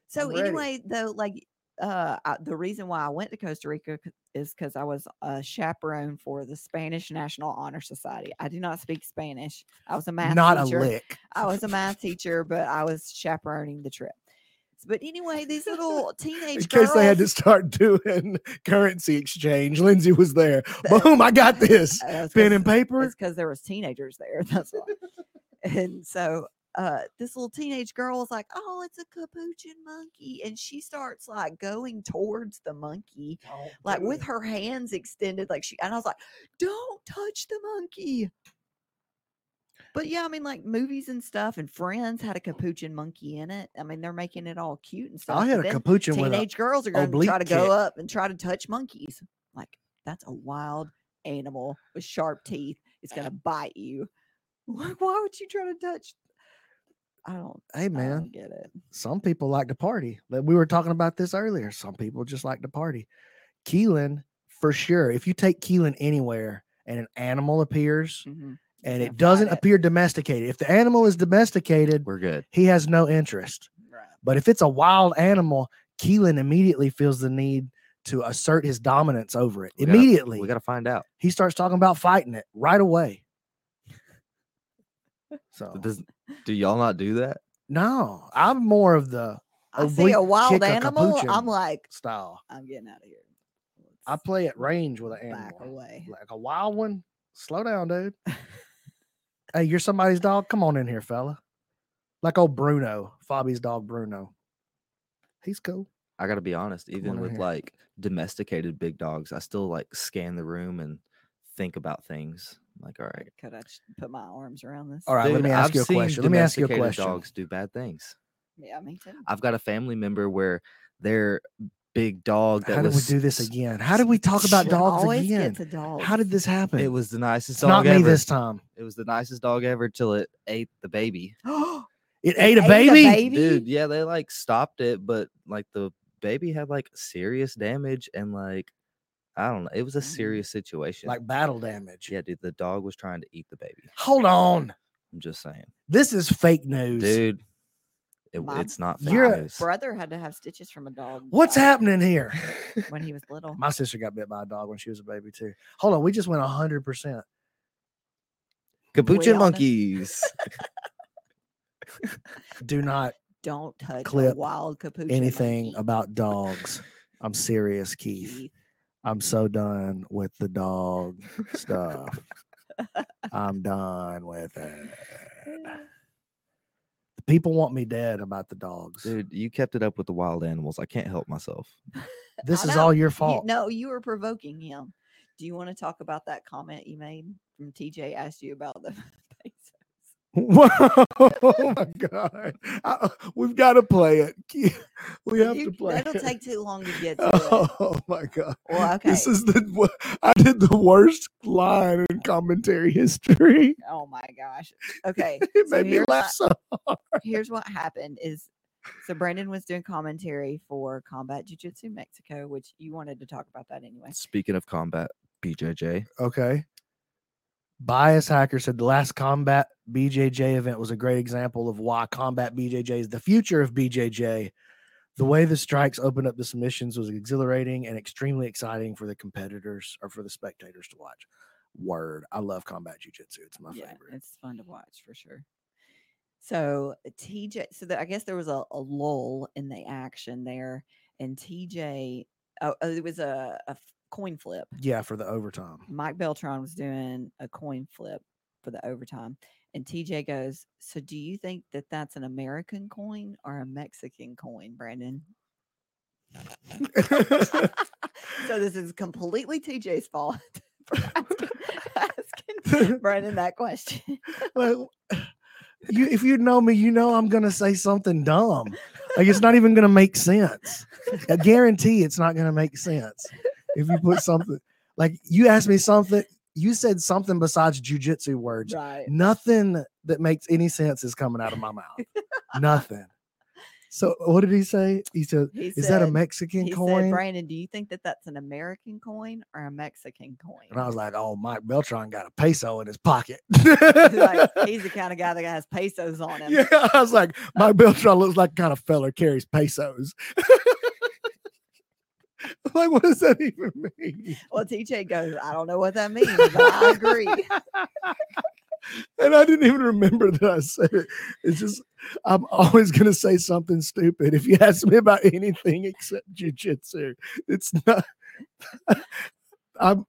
S2: So
S1: I'm ready.
S2: anyway, though, like uh, I, the reason why I went to Costa Rica c- is because I was a chaperone for the Spanish National Honor Society. I do not speak Spanish. I was a math
S1: Not
S2: teacher.
S1: a lick.
S2: I was a math teacher, but I was chaperoning the trip. But anyway, these little
S1: In
S2: teenage
S1: case
S2: girls,
S1: they had to start doing currency exchange, Lindsay was there. Boom, I got this.
S2: Uh, it's 'cause-
S1: Pen and paper.
S2: It's because there was teenagers there. That's why. and so uh, this little teenage girl is like, "Oh, it's a capuchin monkey," and she starts like going towards the monkey, like with her hands extended, like she. And I was like, "Don't touch the monkey." But yeah, I mean, like movies and stuff, and Friends had a capuchin monkey in it. I mean, they're making it all cute and stuff.
S1: I
S2: but
S1: had a
S2: then-
S1: capuchin with a
S2: teenage girls are going to
S1: oblique
S2: try to
S1: kick.
S2: go up and try to touch monkeys. Like that's a wild animal with sharp teeth. It's going to bite you. Like, why would you try to touch? I don't.
S1: hey
S2: I
S1: man.
S2: don't get it.
S1: some people like to party. Like, We were talking about this earlier. Some people just like to party. Keelan, for sure. If you take Keelan anywhere and an animal appears
S2: Mhm. You
S1: and
S2: can't
S1: it
S2: fight
S1: doesn't
S2: it.
S1: appear domesticated, if the animal is domesticated,
S3: We're good.
S1: he has no interest.
S2: Right.
S1: But if it's a wild animal, Keelan immediately feels the need to assert his dominance over it.
S3: We gotta-
S1: immediately,
S3: We gotta find out.
S1: he starts talking about fighting it right away. So,
S3: Does, do y'all not do that?
S1: no, I'm more of the
S2: I see
S1: oblique
S2: a wild
S1: kick a
S2: animal. I'm
S1: capuchin.
S2: like,
S1: style.
S2: I'm getting out of here.
S1: I
S2: Let's
S1: play at range with an
S2: back
S1: animal.
S2: away.
S1: like a wild one. Slow down, dude. hey, you're somebody's dog. Come on in here, fella. Like old Bruno, Fabi's dog Bruno. He's cool.
S3: I gotta be honest.
S1: on
S3: Even
S1: in
S3: with
S1: here.
S3: like domesticated big dogs, I still like scan the room and think about things. I'm like, all right.
S2: Could I just put my arms around this?
S1: All right, let
S3: Dude,
S1: me ask
S3: I've
S1: you a
S3: seen
S1: question. Let me ask you a
S3: domesticated
S1: question.
S3: Dogs do bad things.
S2: Yeah, me too.
S3: I've got a family member where their big dog that
S1: How did
S3: was
S1: we do this
S3: s-
S1: again? How did we talk about
S2: It
S1: dogs
S2: always
S1: again?
S2: Gets a dog.
S1: How did this happen?
S3: It was the nicest
S1: it's not
S3: dog ever.
S1: me this time.
S3: It was the nicest dog ever till it ate the baby.
S1: It ate a
S2: ate a
S1: baby.
S2: baby?
S3: Dude, yeah, they like stopped it, but like the baby had like serious damage and like I don't know. It was a
S2: Mm.
S3: serious situation.
S1: Like battle damage.
S3: yeah, dude, the dog was trying to eat the baby.
S1: Hold on.
S3: I'm just saying.
S1: This is fake news.
S3: Dude, It,
S2: My
S3: it's not
S1: You're a-
S3: famous.
S2: Brother had to have stitches from a dog.
S1: What's
S2: bite
S1: happening here?
S2: When he was little.
S1: My sister got bit by a dog when she was a baby too. Hold on, we just went hundred percent.
S2: We all
S3: Capuchin
S2: know-
S3: monkeys.
S1: Do not
S2: Don't touch a
S1: Clip
S2: wild capuchin.
S1: anything
S2: monkey,
S1: about dogs. I'm serious, Keith.
S2: Keith.
S1: I'm so done with the dog stuff. I'm done with it. People want me dead about the dogs.
S3: Dude, you kept it up with the wild animals. I can't help myself.
S1: this
S2: I
S1: is
S2: know.
S1: all your
S2: You-
S1: fault.
S2: no, you were provoking him. Do you want to talk about that comment you made from TJ asked you about the pesos?
S1: Whoa, oh my god! I, we've got to play it. Keith. We have
S2: You-
S1: to play.
S2: That'll
S1: it.
S2: take too long to get to. it.
S1: Oh my god!
S2: Well,
S1: This
S2: okay.
S1: is the wo- I did the worst line in commentary history.
S2: Oh my gosh. Okay.
S1: It
S2: so
S1: made me
S2: here's
S1: laugh so.
S2: here's what happened is so Brandon was doing commentary for Combat Jiu Jitsu Mexico, which you wanted to talk about that anyway.
S3: Speaking of combat, BJJ.
S1: Okay. Bias Hacker said the last combat BJJ event was a great example of why combat BJJ is the future of BJJ. The way the strikes opened up the submissions was exhilarating and extremely exciting for the competitors or for the spectators to watch. Word. I love combat jujitsu. It's my
S2: yeah,
S1: favorite.
S2: it's fun to watch for sure. So TJ, so the, I guess there was a, a lull in the action there, and TJ, oh, oh, it was a, a f- coin flip.
S1: Yeah, for the overtime.
S2: Mike Beltron was doing a coin flip for the overtime, and TJ goes, "So do you think that that's an American coin or a Mexican coin, Brandon?" so this is completely TJ's fault for asking, asking Brandon that question.
S1: like, you if you know me, you know I'm gonna say something dumb. Like it's not even gonna make sense. I guarantee it's not gonna make sense if you put something like you asked me something. You said something besides jujitsu words.
S2: right.
S1: Nothing that makes any sense is coming out of my mouth. Nothing. So what did he say? He said,
S2: He
S1: "Is that a
S2: said-
S1: Mexican
S2: He said,
S1: coin?"
S2: Brandon, do you think that that's an American coin or a Mexican coin?
S1: and I was like, "Oh, Mike Beltron got a peso in his pocket."
S2: like, he's the kind of guy that has pesos on him.
S1: Yeah, I was like, Mike Beltran looks like the kind of fella carries pesos. I'm like, what does that even mean?
S2: Well, TJ goes, I don't know what that means, but I agree.
S1: And I didn't even remember that I said it. It's just, I'm always going to say something stupid if you ask me about anything except jujitsu. It's not, I'm,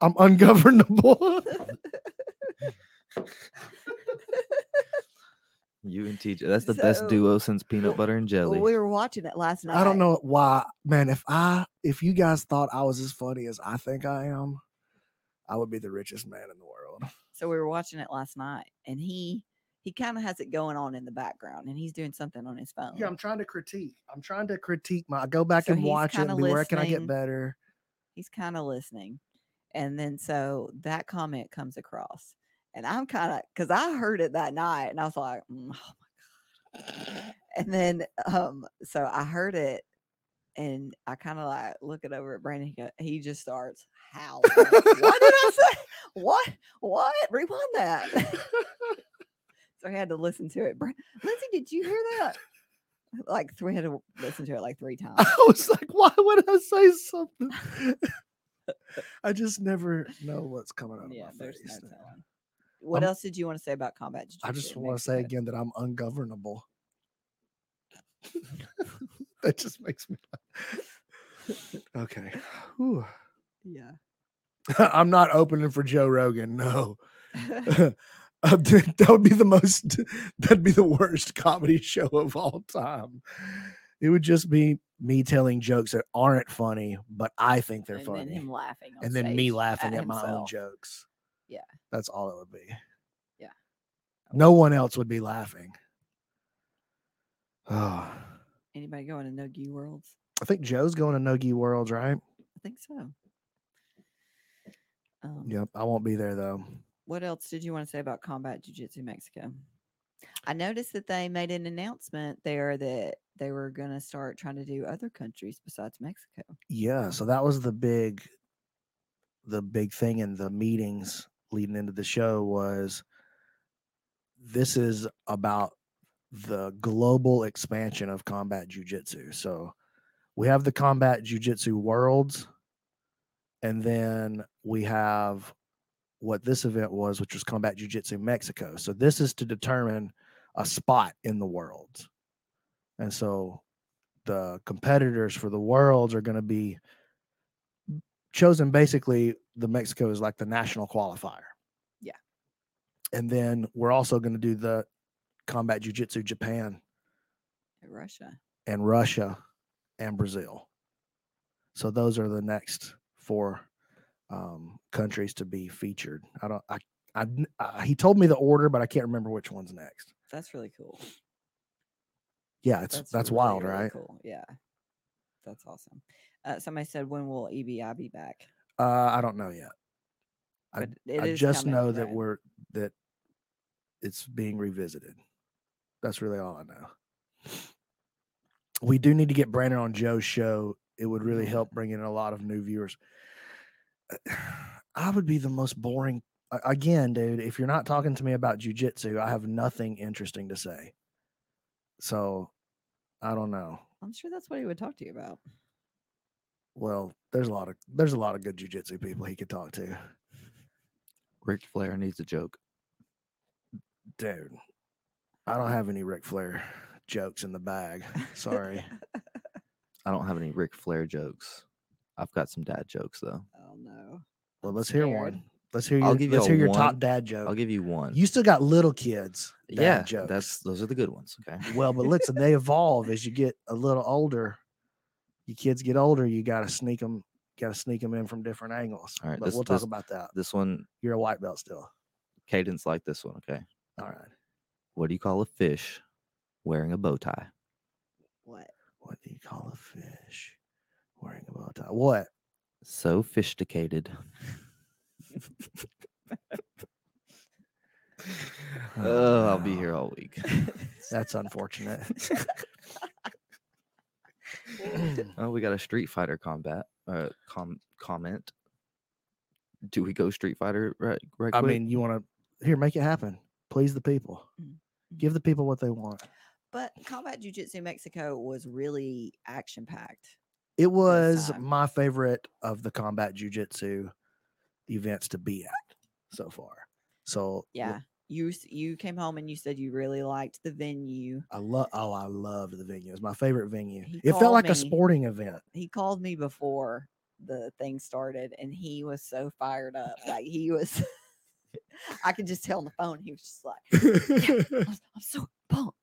S1: I'm ungovernable.
S3: You and TJ. That's the best
S2: So-
S3: duo since peanut butter and jelly.
S2: we were watching it last night.
S1: I don't know why, man. If I, if you guys thought I was as funny as I think I am, I would be the richest man in the world.
S2: So we were watching it last night, and he he kind of has it going on in the background, and he's doing something on his phone.
S1: Yeah, I'm trying to critique. I'm trying to critique my. Go back
S2: So
S1: and
S2: he's
S1: watch it.
S2: kinda
S1: And be, where can I get
S2: listening.
S1: better?
S2: he's kind of listening. And then so that comment comes across. And I'm kind of because I heard it that night and I was like, "Mm, oh my God. And then um, so I heard it and I kind of like looking over at Brandon. He, go, he just starts howling. what did I say? What? What? Rewind that. so I had to listen to it. Bra- Lindsay, did you hear that? Like three had to listen to it like three times.
S1: I was like, why would I say something? I just never know what's coming out of
S2: Yeah,
S1: my
S2: there's no
S1: face. now.
S2: telling. What
S1: I'm-
S2: else did you want to say about combat?
S1: I
S2: Jiu-Jitsu
S1: just
S2: in
S1: want to say
S2: Mexico?
S1: again that I'm ungovernable. that just makes me. laugh. Okay. Whew. I'm not opening for Joe Rogan. No.
S2: Yeah.
S1: Uh, dude, that would be the most that'd be the worst comedy show of all time it would just be me telling jokes that aren't funny but i think they're
S2: and
S1: funny
S2: then him laughing. on
S1: and then me
S2: stage
S1: laughing at, my own
S2: himself.
S1: jokes
S2: Yeah.
S1: that's all it would be
S2: Yeah.
S1: no one else would be laughing oh
S2: Anybody going to Noogie Worlds?
S1: i think joe's going to nogi worlds right
S2: I think so. Um,
S1: yep i won't be there though
S2: What else did you want to say about combat jiu-jitsu Mexico? I noticed that they made an announcement there that they were going to start trying to do other countries besides Mexico.
S1: yeah so that was the big the big thing in the meetings leading into the show was this is about the global expansion of combat jujitsu. So we have the combat jujitsu worlds, and then we have what this event was, which was combat jujitsu Mexico. So this is to determine a spot in the worlds, and so the competitors for the worlds are going to be chosen basically the Mexico is like the national qualifier.
S2: Yeah.
S1: And then we're also going to do the combat jiu-jitsu Japan
S2: Russia.
S1: and Russia and Brazil. So those are the next four um, countries to be featured. I don't I, I I he told me the order but I can't remember which one's next.
S2: That's really cool.
S1: Yeah, it's that's,
S2: really,
S1: wild,
S2: really
S1: right?
S2: Cool. Yeah. That's awesome. Uh, somebody said, "When will EBI be back?"
S1: Uh I don't know yet. I-
S2: But it
S1: I
S2: is
S1: just
S2: coming,
S1: know that
S2: right?
S1: we're that it's being revisited. That's really all I know. We do need to get Brandon on Joe's show. It would really
S2: Yeah.
S1: help bring in a lot of new viewers. I would be the most boring a- again, dude. If you're not talking to me about jujitsu, I have nothing interesting to say. So I don't know.
S2: I'm sure that's what he would talk to you about.
S1: Well, there's a lot of there's a lot of good jujitsu people he could talk to,
S3: Ric Flair needs a joke.
S1: dude. I don't have any Ric Flair jokes in the bag. Sorry.
S3: I don't have any Ric Flair jokes. I've got some dad jokes though.
S2: oh no.
S1: Well,
S2: I'm
S1: let's hear
S2: scared.
S1: one. Let's hear your.
S3: I'll give you
S1: let's
S3: a
S1: hear your
S3: one.
S1: top dad joke.
S3: I'll give you one.
S1: you still got little kids. Dad
S3: yeah,
S1: jokes.
S3: that's those are the good ones. Okay.
S1: well, but listen, they evolve as you get a little older. Your kids get older. You got to sneak them. Got to sneak them in from different angles.
S3: All right,
S1: but
S3: this-
S1: we'll talk
S3: this-
S1: about that.
S3: This one
S1: You're a white belt still.
S3: cadence like this one. Okay.
S1: All right.
S3: What do you call a fish wearing a bow tie?
S2: What?
S1: What do you call a fish wearing a bow tie? What?
S3: So fisticated. oh, I'll be
S1: no.
S3: here all week.
S1: That's unfortunate.
S3: oh, we got a Street Fighter combat uh, com- comment. Do we go Street Fighter right? Right.
S1: I
S3: quick?
S1: mean, you want to here make it happen. Please the people.
S2: Mm-hmm.
S1: Give the people what they want.
S2: But Combat Jiu Jitsu Mexico was really action packed.
S1: It was
S2: time.
S1: my favorite of the combat jujitsu events to be at so far. So yeah,
S2: Yeah. You s- you came home and you said you really liked the venue.
S1: I love. Oh, I loved the venue. It was my favorite venue.
S2: He
S1: it felt
S2: called
S1: like
S2: me.
S1: a sporting event.
S2: He called me before the thing started and he was so fired up. Like he was I could just tell on the phone he was just like I'm, s- I'm so pumped.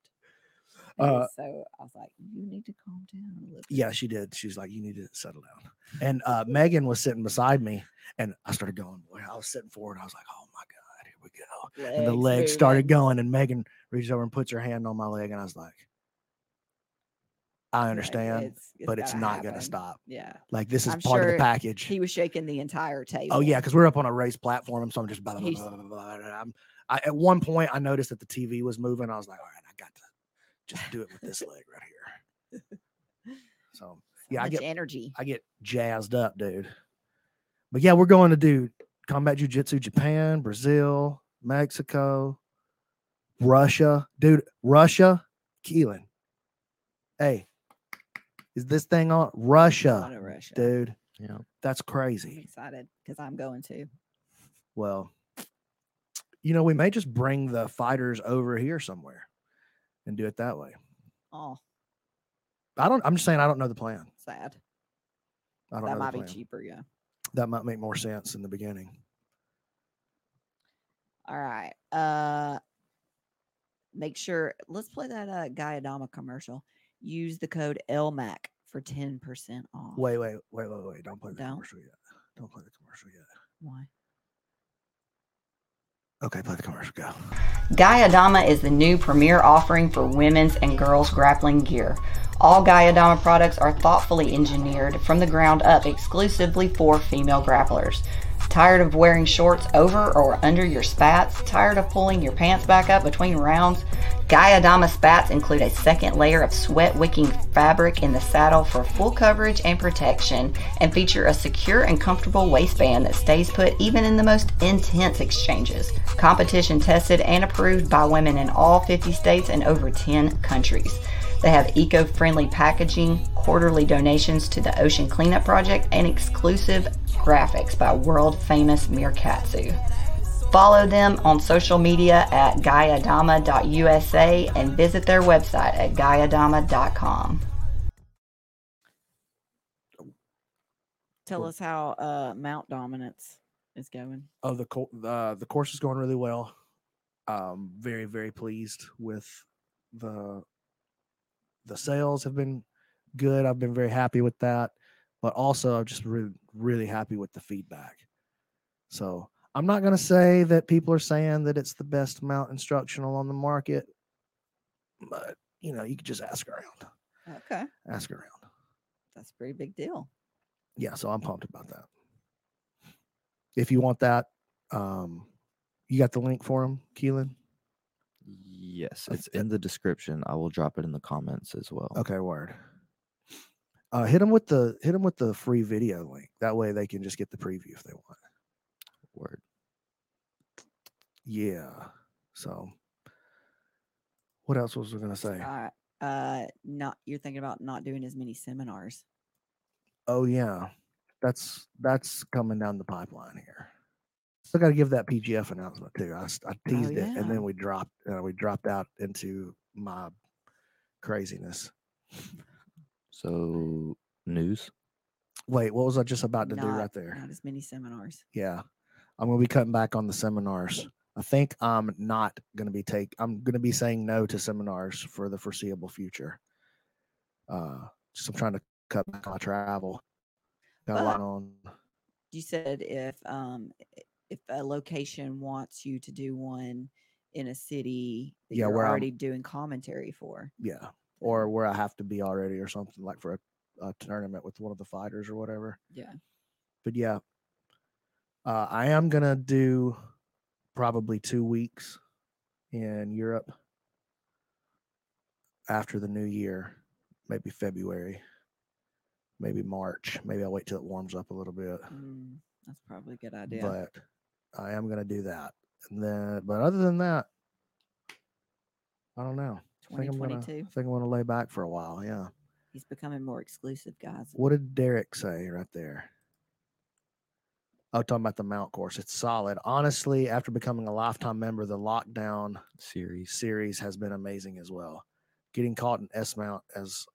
S2: And
S1: Uh,
S2: so I was like, you need to calm down a little bit.
S1: yeah, she did. She's like, you need to settle down. And uh, Megan was sitting beside me, and I started going. Boy, I was sitting forward. I was like, oh my god, here we go. and the leg started
S2: moving."
S1: going and megan reaches over and puts her hand on my leg and i was like i
S2: Like,
S1: understand but it's
S2: gotta
S1: not going to
S2: happen."
S1: stop
S2: Yeah.
S1: like this is
S2: I'm
S1: part of
S2: sure
S1: the package
S2: He was shaking the entire table.
S1: oh yeah because we're up on a raised platform so i'm just blah, blah, blah,
S2: He's-
S1: blah, blah, blah, blah, I'm, I, at one point i noticed that the tv was moving i was like all right i got to just do it with this leg right here so yeah, I
S2: much
S1: get-
S2: energy.
S1: I get jazzed up, dude. But yeah, we're going to do combat jujitsu, Japan, Brazil, Mexico, Russia, dude. Russia, Keelan. Hey, is this thing on?
S2: Lot
S1: Russia,
S2: of Russia.
S1: dude.
S3: yeah.
S1: That's
S2: I'm
S1: crazy.
S2: excited because I'm going to.
S1: Well, you know, we may just bring the fighters over here somewhere and do it that way.
S2: Oh,
S1: I don't. I'm just saying, I don't know the plan.
S2: sad.
S1: I don't
S2: That
S1: know
S2: might
S1: the
S2: be
S1: plan.
S2: cheaper. Yeah.
S1: That might make more sense in the beginning.
S2: All right. Uh, make sure. Let's play that uh Gaiadama commercial. Use the code LMAC for ten percent off.
S1: Wait, wait, wait, wait, wait. Don't play the
S2: Don't?
S1: commercial yet. Don't play the commercial yet.
S2: Why?
S1: Okay, play the commercial. Go.
S4: Gaiadama is the new premier offering for women's and girls grappling gear. All Gaiadama products are thoughtfully engineered from the ground up exclusively for female grapplers. Tired of wearing shorts over or under your spats? Tired of pulling your pants back up between rounds? Gaiadama spats include a second layer of sweat wicking fabric in the saddle for full coverage and protection and feature a secure and comfortable waistband that stays put even in the most intense exchanges. Competition tested and approved by women in all 50 states and over 10 countries. They have eco friendly packaging, quarterly donations to the Ocean Cleanup Project, and exclusive graphics by world famous Mirkatsu. Follow them on social media at gaiadama.usa and visit their website at gaiadama.com.
S2: Tell us how uh, Mount Dominance is going.
S1: Oh, the co- uh, the course is going really well. Um, very very pleased with the the sales have been good. I've been very happy with that, but also I'm just really really happy with the feedback. So I'm not gonna say that people are saying that it's the best mount instructional on the market, but you know you could just ask around,
S2: Okay,
S1: ask around.
S2: that's a pretty big deal.
S1: yeah, so I'm pumped about that. If you want that, um, you got the link for him, Keelan.
S3: Yes,
S1: I
S3: it's
S1: th-
S3: in the description. I will drop it in the comments as well.
S1: uh, Okay, word. Uh, hit him with the hit him with the free video link. That way they can just get the preview if they want.
S3: Word.
S1: Yeah. So, what else was I gonna say?
S2: Uh, uh, not you're thinking about not doing as many seminars.
S1: Oh yeah, that's that's coming down the pipeline here. Still got to give that PGF announcement too. I, s- I teased it
S2: Oh, yeah.
S1: and then we dropped uh, we dropped out into my craziness.
S3: So news.
S1: Wait, what was I just about to do
S2: Not-
S1: right there?
S2: Not as many seminars.
S1: Yeah. I'm gonna be cutting back on the seminars. I think I'm not gonna be take I'm gonna be saying no to seminars for the foreseeable future. Uh just I'm trying to cut back on my travel. Got a lot on
S2: You said if um i- if a location wants you to do one in a city that
S1: Yeah,
S2: you're
S1: where I'm-
S2: already doing commentary for.
S1: yeah. Or where I have to be already or something, like for a, a tournament with one of the fighters or whatever.
S2: Yeah.
S1: but yeah uh, i am gonna do probably two weeks in europe after the new year maybe february maybe march maybe i'll wait till it warms up a little bit
S2: Mm, that's probably a good idea.
S1: but i am gonna do that and then but other than that i don't know I think, I'm gonna, I
S2: 2022.
S1: think I'm gonna lay back for a while. Yeah.
S2: He's becoming more exclusive, guys.
S1: What did Derek say right there? Oh, talking about the mount course. It's solid. Honestly, after becoming a lifetime member, the lockdown
S3: Series.
S1: series has been amazing as well. Getting caught in S mount as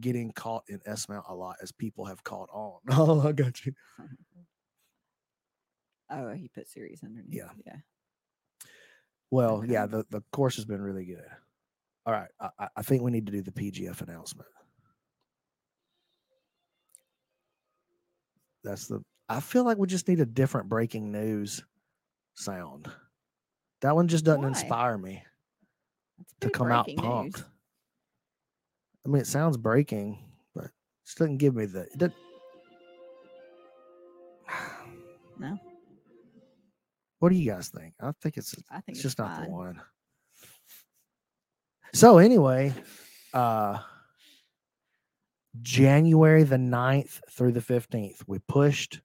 S1: getting caught in S mount a lot as people have caught on. Oh, I got you.
S2: Oh, he put series underneath.
S1: Yeah.
S2: Yeah.
S1: Well, yeah,
S2: Okay.
S1: the, the course has been really good. All right. I, I- I think we need to do the PGF announcement. That's the I feel like we just need a different breaking news sound. That one just doesn't
S2: Why?
S1: inspire me
S2: That's
S1: to
S2: pretty
S1: come out
S2: breaking news.
S1: pumped. I mean, it sounds breaking, but it just doesn't give me the it doesn't-
S2: No,
S1: What do you guys think? I think it's
S2: I think
S1: it's
S2: it's
S1: just not the
S2: fine.
S1: one. So anyway, uh January the 9th through the 15th, we pushed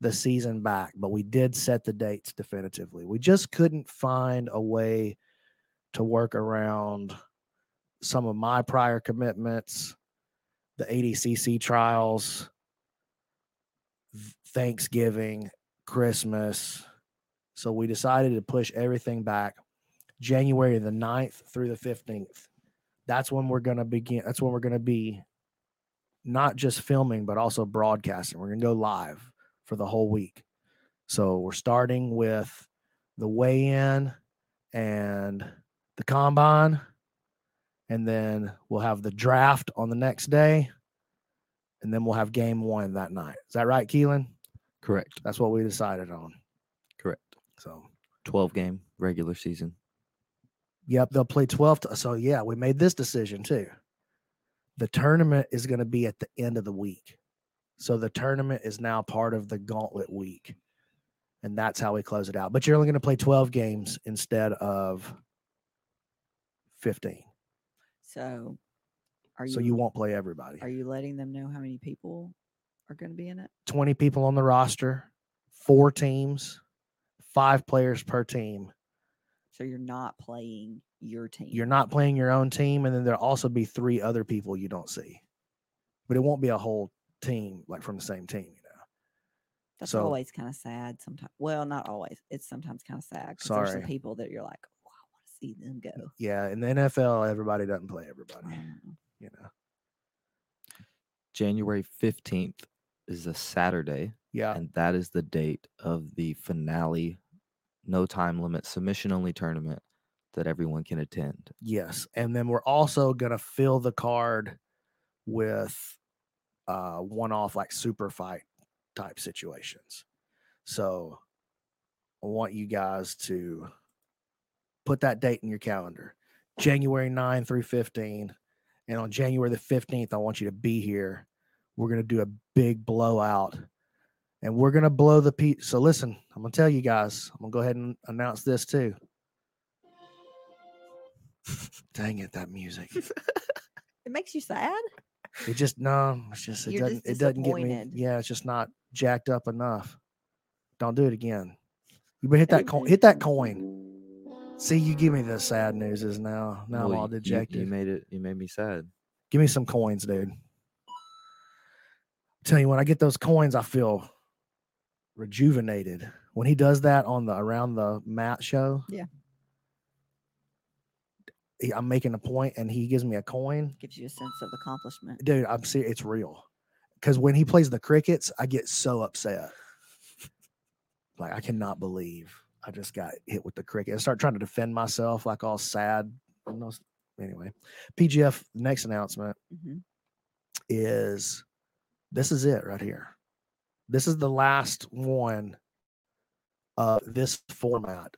S1: the season back, but we did set the dates definitively. We just couldn't find a way to work around some of my prior commitments, the ADCC trials, th- Thanksgiving, Christmas. So we decided to push everything back January the 9th through the 15th. That's when we're going to begin. That's when we're going to be not just filming, but also broadcasting. We're going to go live for the whole week. So we're starting with the weigh in and the combine. And then we'll have the draft on the next day. And then we'll have game one that night. Is that right, Keelan?
S3: Correct.
S1: That's what we decided on.
S3: Correct.
S1: So,
S3: Twelve game regular season.
S1: yep, they'll play 12. t- so, yeah, we made this decision too. The tournament is going to be at the end of the week. So, the tournament is now part of the gauntlet week. and that's how we close it out. But you're only going to play 12 games instead of 15.
S2: So, are you,
S1: so you won't play everybody.
S2: are you letting them know how many people are going to be in it?
S1: 20 people on the roster, four teams, five players per team.
S2: So you're not playing your team.
S1: You're not playing your own team, and then there'll also be three other people you don't see. But it won't be a whole team like from the same team, you know.
S2: That's
S1: so-
S2: always kind of sad. Sometimes, well, not always. It's sometimes kind of sad because there's some
S1: Sorry.
S2: people that you're like, oh, I want to see them go.
S1: Yeah, in the NFL, everybody doesn't play everybody,
S2: Mm.
S1: you know.
S3: January 15th is a Saturday,
S1: Yeah.
S3: and that is the date of the finale, no time limit, submission only tournament that everyone can attend.
S1: Yes. And then we're also going to fill the card with uh, one off, like super fight type situations. So I want you guys to put that date in your calendar January 9 through 15. And on January the 15th, I want you to be here. We're going to do a big blowout and we're going to blow the pe So listen, I'm going to tell you guys, I'm going to go ahead and announce this too. Dang it, that music.
S2: It makes you sad.
S1: It just no, it's just it
S2: You're
S1: doesn't
S2: just
S1: it doesn't get me.
S2: disappointed.
S1: Yeah, it's just not jacked up enough. Don't do it again. You better hit that coin.
S2: Okay.
S1: Hit that coin. See, you give me the sad news is now. Now
S3: Well,
S1: I'm all
S3: you- you-
S1: dejected.
S3: You, made it. You made me sad.
S1: give me some coins, dude. Tell you when I get those coins, I feel rejuvenated. When he does that on the around the mat show,
S2: Yeah.
S1: he- I'm making a point, and he gives me a coin
S2: Gives you a sense of accomplishment.
S1: dude i'm serious it's real because when he plays the crickets i get so upset like i cannot believe i just got hit with the cricket i start trying to defend myself like all sad and all s- anyway pgf next announcement
S2: Mhm.
S1: is this is it right here this is the last one of this format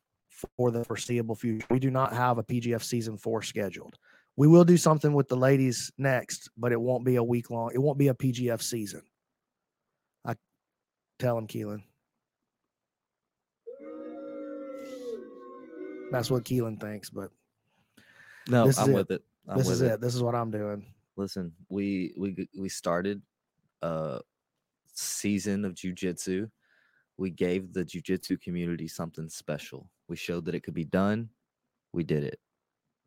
S1: for the foreseeable future we do not have a pgf season four scheduled we will do something with the ladies next, but it won't be a week long. It won't be a PGF season. I tell him, Keelan. That's what Keelan thinks, but
S3: No,
S1: This is
S3: I'm
S1: it.
S3: with it. I'm
S1: this
S3: with
S1: is it. This is what I'm doing.
S3: Listen, we we g- we started a season of jujitsu. We gave the jujitsu community something special. We showed that it could be done. We did it.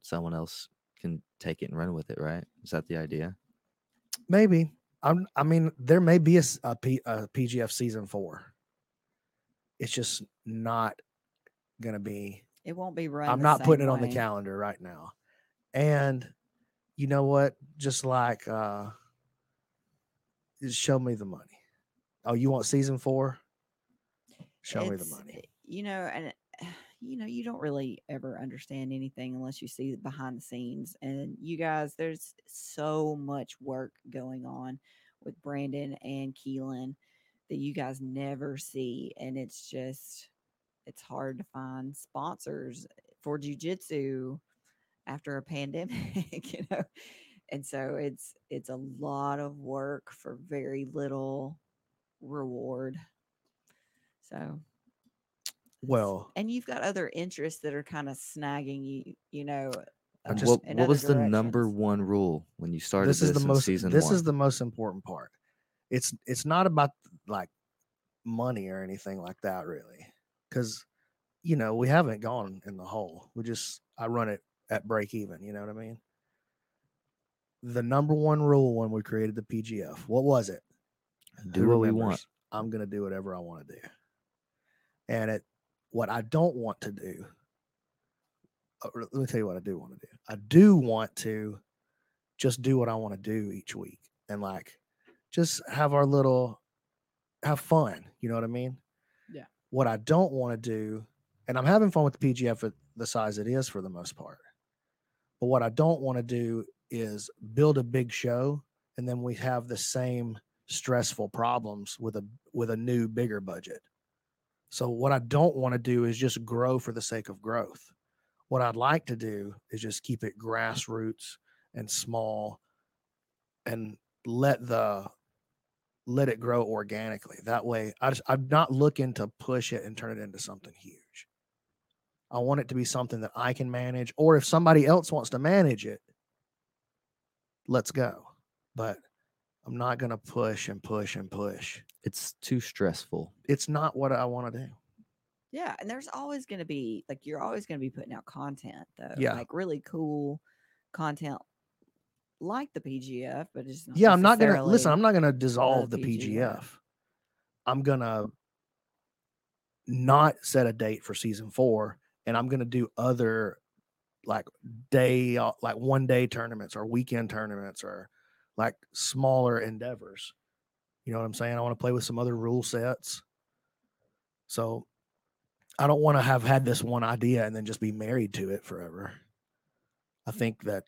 S3: Someone else can take it and run with it, right? Is that the idea?
S1: Maybe. I'm, I mean, there may be a, s- a P- a PGF season four. It's just not going to be
S2: It won't be run.
S1: I'm
S2: the
S1: not
S2: same
S1: putting it on the
S2: way.
S1: calendar right now. And you know what? Just like uh just show me the money. Oh, you want season four? Show me the
S2: It's-
S1: money.
S2: You know, and you know, you don't really ever understand anything unless you see it behind the scenes. And you guys, there's so much work going on with Brandon and Keelan that you guys never see. And it's just it's hard to find sponsors for jujitsu after a pandemic, you know. And so it's it's a lot of work for very little reward. So it's-
S1: Well,
S2: and you've got other interests that are kind of snagging you, you know.
S1: I
S2: uh,
S1: just-
S3: what
S2: in
S3: what
S2: other
S3: was the number
S2: directions.
S3: one rule when you started this,
S1: this is the
S3: in
S1: most
S3: season
S1: this
S3: one?
S1: is the most important part. It's it's not about like money or anything like that really. Cuz you know, we haven't gone in the hole. We just I run it at break even, you know what I mean? The number one rule when we created the PGF, what was it?
S3: do
S1: who
S3: what we
S1: remembers,
S3: want.
S1: I'm going to do whatever I want to do. And it, what I don't want to do, uh, r- let me tell you what I do want to do. I do want to just do what I want to do each week and like just have our little, have fun. You know what I mean?
S2: Yeah.
S1: What I don't want to do, and I'm having fun with the PGF at the size it is for the most part. But what I don't want to do is build a big show and then we have the same stressful problems with a with a new bigger budget. So what I don't want to do is just grow for the sake of growth. What I'd like to do is just keep it grassroots and small and let the let it grow organically. That way, I just, I'm not looking to push it and turn it into something huge. I want it to be something that I can manage, or if somebody else wants to manage it, let's go. But I'm not going to push and push and push.
S3: It's too stressful.
S1: It's not what I want to do.
S2: Yeah, and there's always going to be like you're always going to be putting out content though.
S1: Yeah.
S2: like really cool content like the PGF, but it's not
S1: yeah, I'm not going to listen. I'm
S2: necessarily-
S1: not going to dissolve the
S2: PGF.
S1: PGF. I'm going to not set a date for season four, and I'm going to do other like day, o- like one day tournaments or weekend tournaments or like smaller endeavors. You know what I'm saying? I want to play with some other rule sets. So I don't want to have had this one idea and then just be married to it forever. I think that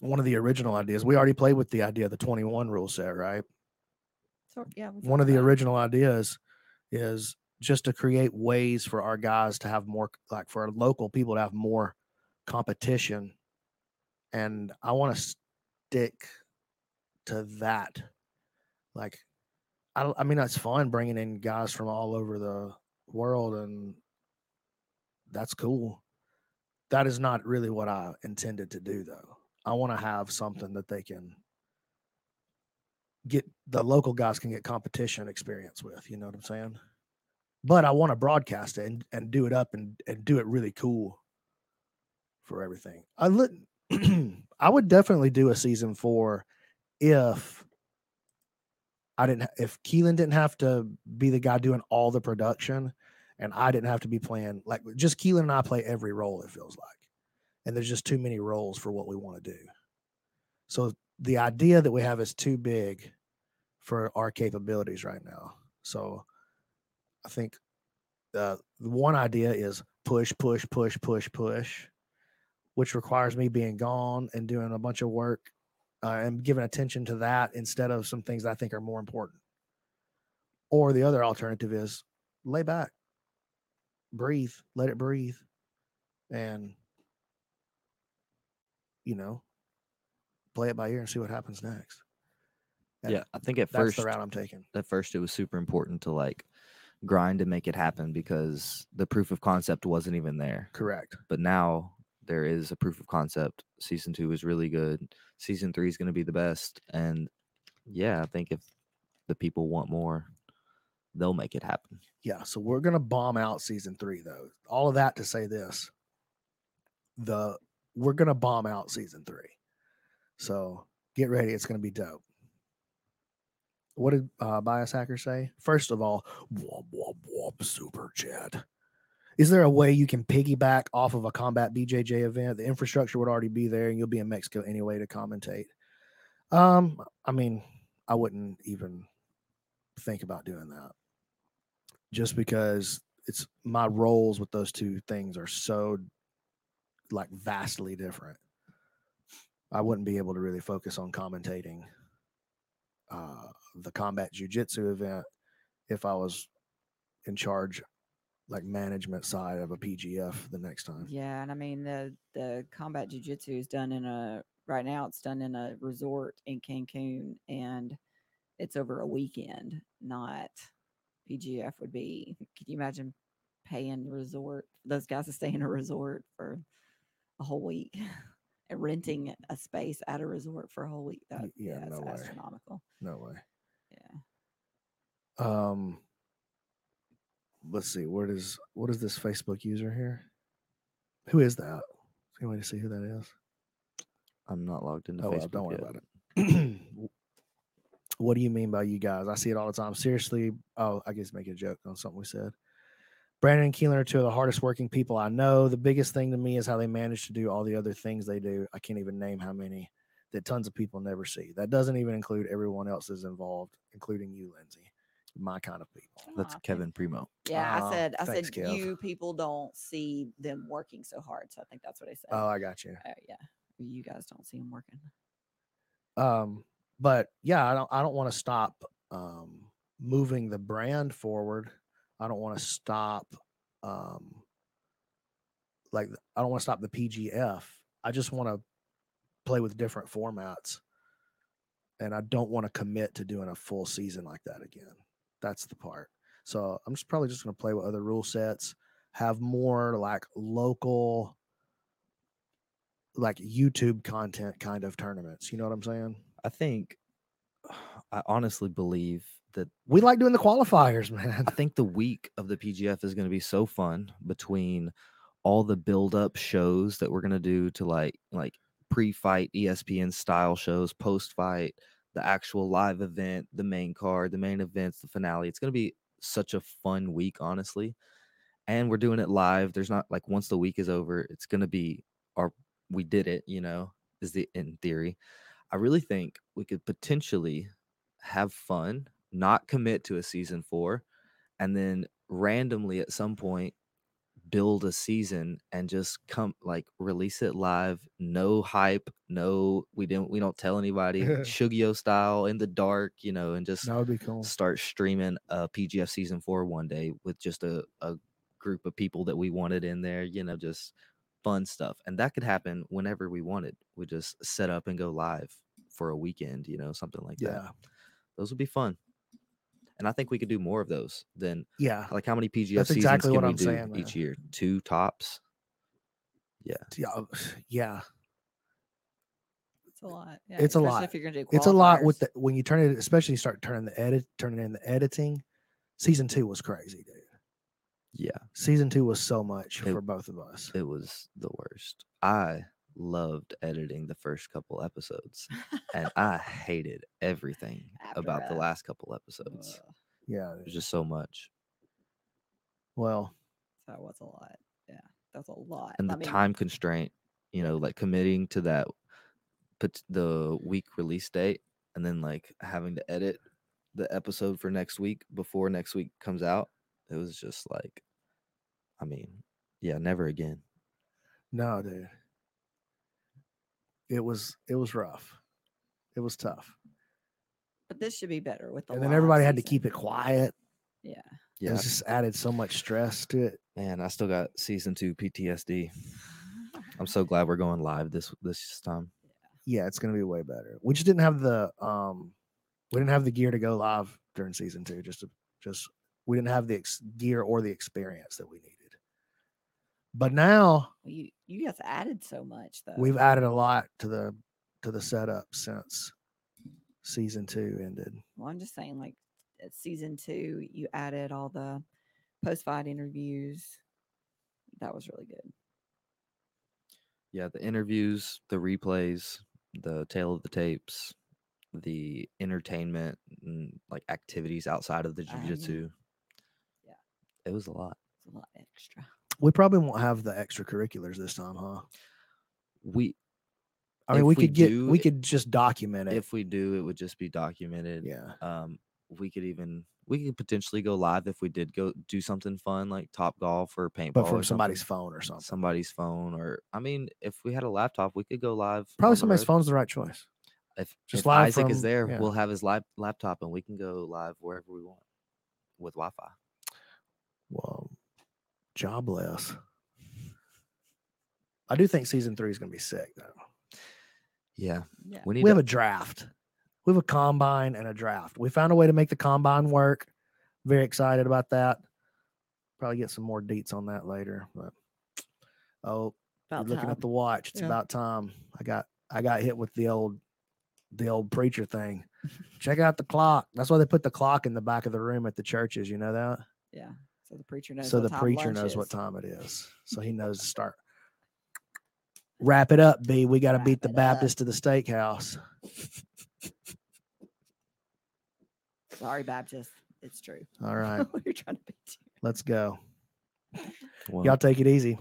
S1: one of the original ideas, we already played with the idea of the 21 rule set, right?
S2: Sort- yeah, we've
S1: One of
S2: talked
S1: the
S2: about it.
S1: original ideas is just to create ways for our guys to have more, like for our local people to have more competition. And I want to stick to that. Like, I, don't- I mean, it's fun bringing in guys from all over the world, and that's cool. That is not really what I intended to do, though. I want to have something that they can get the local guys can get competition experience with. You know what I'm saying? But I want to broadcast it and, and do it up and, and do it really cool for everything. I look, I would definitely do a season four if I didn't ha- if Keelan didn't have to be the guy doing all the production and I didn't have to be playing like just Keelan and I play every role it feels like. And there's just too many roles for what we want to do. So the idea that we have is too big for our capabilities right now. So I think uh, the one idea is push, push, push, push, push, which requires me being gone and doing a bunch of work uh, and giving attention to that instead of some things that I think are more important. Or the other alternative is lay back, breathe, let it breathe, and you know, play it by ear and see what happens next. That-
S3: Yeah, I think at
S1: that's
S3: first
S1: the route I'm taking.
S3: at first it was super important to like grind and make it happen because the proof of concept wasn't even there.
S1: Correct.
S3: But now there is a proof of concept. Season two is really good. Season three is going to be the best. And yeah, I think if the people want more, they'll make it happen.
S1: Yeah. So we're gonna bomb out season three, though. All of that to say this: the we're gonna bomb out season three. So get ready; it's gonna be dope. What did uh, Bias Hacker say? First of all, womp womp womp super chat. Is there a way you can piggyback off of a combat BJJ event? The infrastructure would already be there, and you'll be in Mexico anyway to commentate. Um, I mean, I wouldn't even think about doing that just because it's my roles with those two things are so like vastly different. I wouldn't be able to really focus on commentating uh, the combat jujitsu event if I was in charge, like management side of a PGF the next time.
S2: Yeah, and I mean the the combat jujitsu is done in a right now it's done in a resort in Cancun and it's over a weekend, not PGF would be. Could you imagine paying the resort those guys to stay in a resort for a whole week and renting a space at a resort for a whole week? That,
S1: Y- yeah,
S2: yeah, it's
S1: no way.
S2: astronomical.
S1: No way.
S2: Yeah.
S1: Um, let's see. Where does what is this Facebook user here? Who is that? Any way to see who that is?
S3: I'm not logged into
S1: Oh, well,
S3: Facebook.
S1: don't worry
S3: yet.
S1: about it. what do you mean by you guys? I see it all the time. Seriously, oh, I guess make a joke on something we said. Brandon and Keelan are two of the hardest working people I know. The biggest thing to me is how they manage to do all the other things they do. I can't even name how many that tons of people never see. That doesn't even include everyone else that's involved, including you, Lindsay. My kind of people.
S3: That's
S2: Aw, thank-
S3: Kevin Primo.
S2: Yeah,
S1: Oh,
S2: I said I
S1: thanks,
S2: said
S1: Kev.
S2: you people don't see them working so hard. So I think that's what I said.
S1: Oh, I got you.
S2: Uh, yeah, you guys don't see them working.
S1: um but yeah i don't i don't want to stop um moving the brand forward i don't want to stop um like th- i don't want to stop the pgf i just want to play with different formats and I don't want to commit to doing a full season like that again. That's the part. So I'm just probably just going to play with other rule sets, have more like local, like YouTube content kind of tournaments. You know what I'm saying?
S3: I think I honestly believe that
S1: We like doing the qualifiers, man.
S3: I think the week of the PGF is going to be so fun between all the build up shows that we're going to do to like like pre-fight E ESPN style shows, post-fight, the actual live event, the main card, the main events, the finale. It's going to be such a fun week, honestly. And we're doing it live. There's not like once the week is over, it's going to be our we did it, you know, is the in theory. I really think we could potentially have fun, not commit to a season 4 and then randomly at some point build a season and just come like release it live no hype no we didn't we don't tell anybody shugio style in the dark you know and just
S1: That would be cool.
S3: start streaming uh pgf season four one day with just a, a group of people that we wanted in there you know just fun stuff and that could happen whenever we wanted we just set up and go live for a weekend you know something like that
S1: Yeah.
S3: those would be fun and i think we could do more of those than
S1: Yeah.
S3: like how many pgf
S1: That's
S3: seasons
S1: exactly
S3: can
S1: what
S3: we
S1: I'm
S3: do
S1: saying,
S3: each
S1: man.
S3: year two tops
S1: Yeah. uh, Yeah.
S2: It's a lot. Yeah,
S1: It's a
S2: especially
S1: lot.
S2: If you're gonna do
S1: It's a lot with
S2: qualifiers.
S1: the when you turn it, especially you start turning the edit, turning in the editing. Season two was crazy, dude.
S3: yeah
S1: Season two was so much
S3: It-
S1: for both of us.
S3: it was the worst i loved editing the first couple episodes and i hated everything
S2: After
S3: about the
S2: that.
S3: last couple episodes
S2: Ugh,
S1: Yeah.
S3: There's just so much.
S1: Well,
S2: that was a lot. Yeah, that's a lot.
S3: And
S2: I
S3: the
S2: mean,
S3: time constraint, you know, like committing to that, put the week release date and then like having to edit the episode for next week before next week comes out. It was just like, I mean, yeah, never again.
S1: no, dude. It was it was rough. It was tough.
S2: But this should be better with the.
S1: and then
S2: live
S1: everybody had to
S2: season.
S1: keep it quiet.
S2: Yeah.
S1: Yeah.
S3: Yeah.
S1: It just added so much stress to it.
S3: Man, I still got season two PTSD. I'm so glad we're going live this this time.
S1: Yeah, it's gonna be way better. We just didn't have the um we didn't have the gear to go live during season two, just to just we didn't have the ex- gear or the experience that we needed. But now
S2: Well, you you guys added so much though.
S1: we've added a lot to the to the setup since season two ended.
S2: Well, I'm just saying, like at season two, you added all the post fight interviews. That was really good.
S3: Yeah, the interviews, the replays, the tail of the tapes, the entertainment and like activities outside of the
S2: Ah, yeah.
S3: jujitsu.
S2: Yeah.
S3: It was a lot.
S2: It's a lot extra.
S1: We probably won't have the extracurriculars this time, huh?
S3: We
S1: I mean,
S3: If
S1: we
S3: we
S1: could get
S3: do,
S1: we
S3: it-
S1: could just document it.
S3: if we do, it would just be documented.
S1: yeah,
S3: Um we could even we could potentially go live if we did go do something fun like top golf or paintball.
S1: but
S3: or
S1: from somebody's
S3: something.
S1: phone or something.
S3: somebody's phone or I mean if we had a laptop we could go live. on
S1: Probably
S3: the
S1: somebody's
S3: road.
S1: phone's the right choice.
S3: if,
S1: Just
S3: if
S1: live
S3: Isaac is
S1: from-
S3: there,
S1: yeah.
S3: we'll have his lap laptop and we can go live wherever we want with Wi Fi.
S1: Well, jobless. I do think season three is going to be sick though.
S3: Yeah,
S2: Yeah.
S3: we need
S1: We have
S3: to-
S1: a draft. We have a combine and a draft. We found a way to make the combine work. Very excited about that. Probably get some more deets on that later. But oh,
S2: About
S1: you're looking
S2: time.
S1: at the watch. It's
S2: Yeah.
S1: about time. I got I got hit with the old the old preacher thing. Check out the clock. That's why they put the clock in the back of the room at the churches. You know that.
S2: yeah. So the preacher knows.
S1: so
S2: what
S1: the
S2: time
S1: preacher
S2: lunch
S1: knows what
S2: is.
S1: time it is. So he knows to start. Wrap it up, B. We got to beat
S2: Wrap
S1: the
S2: it up.
S1: Baptist to the steakhouse.
S2: Sorry, Baptist. It's true.
S1: All right,
S2: We're trying to beat you.
S1: let's go.
S3: well,
S1: Y'all take it easy.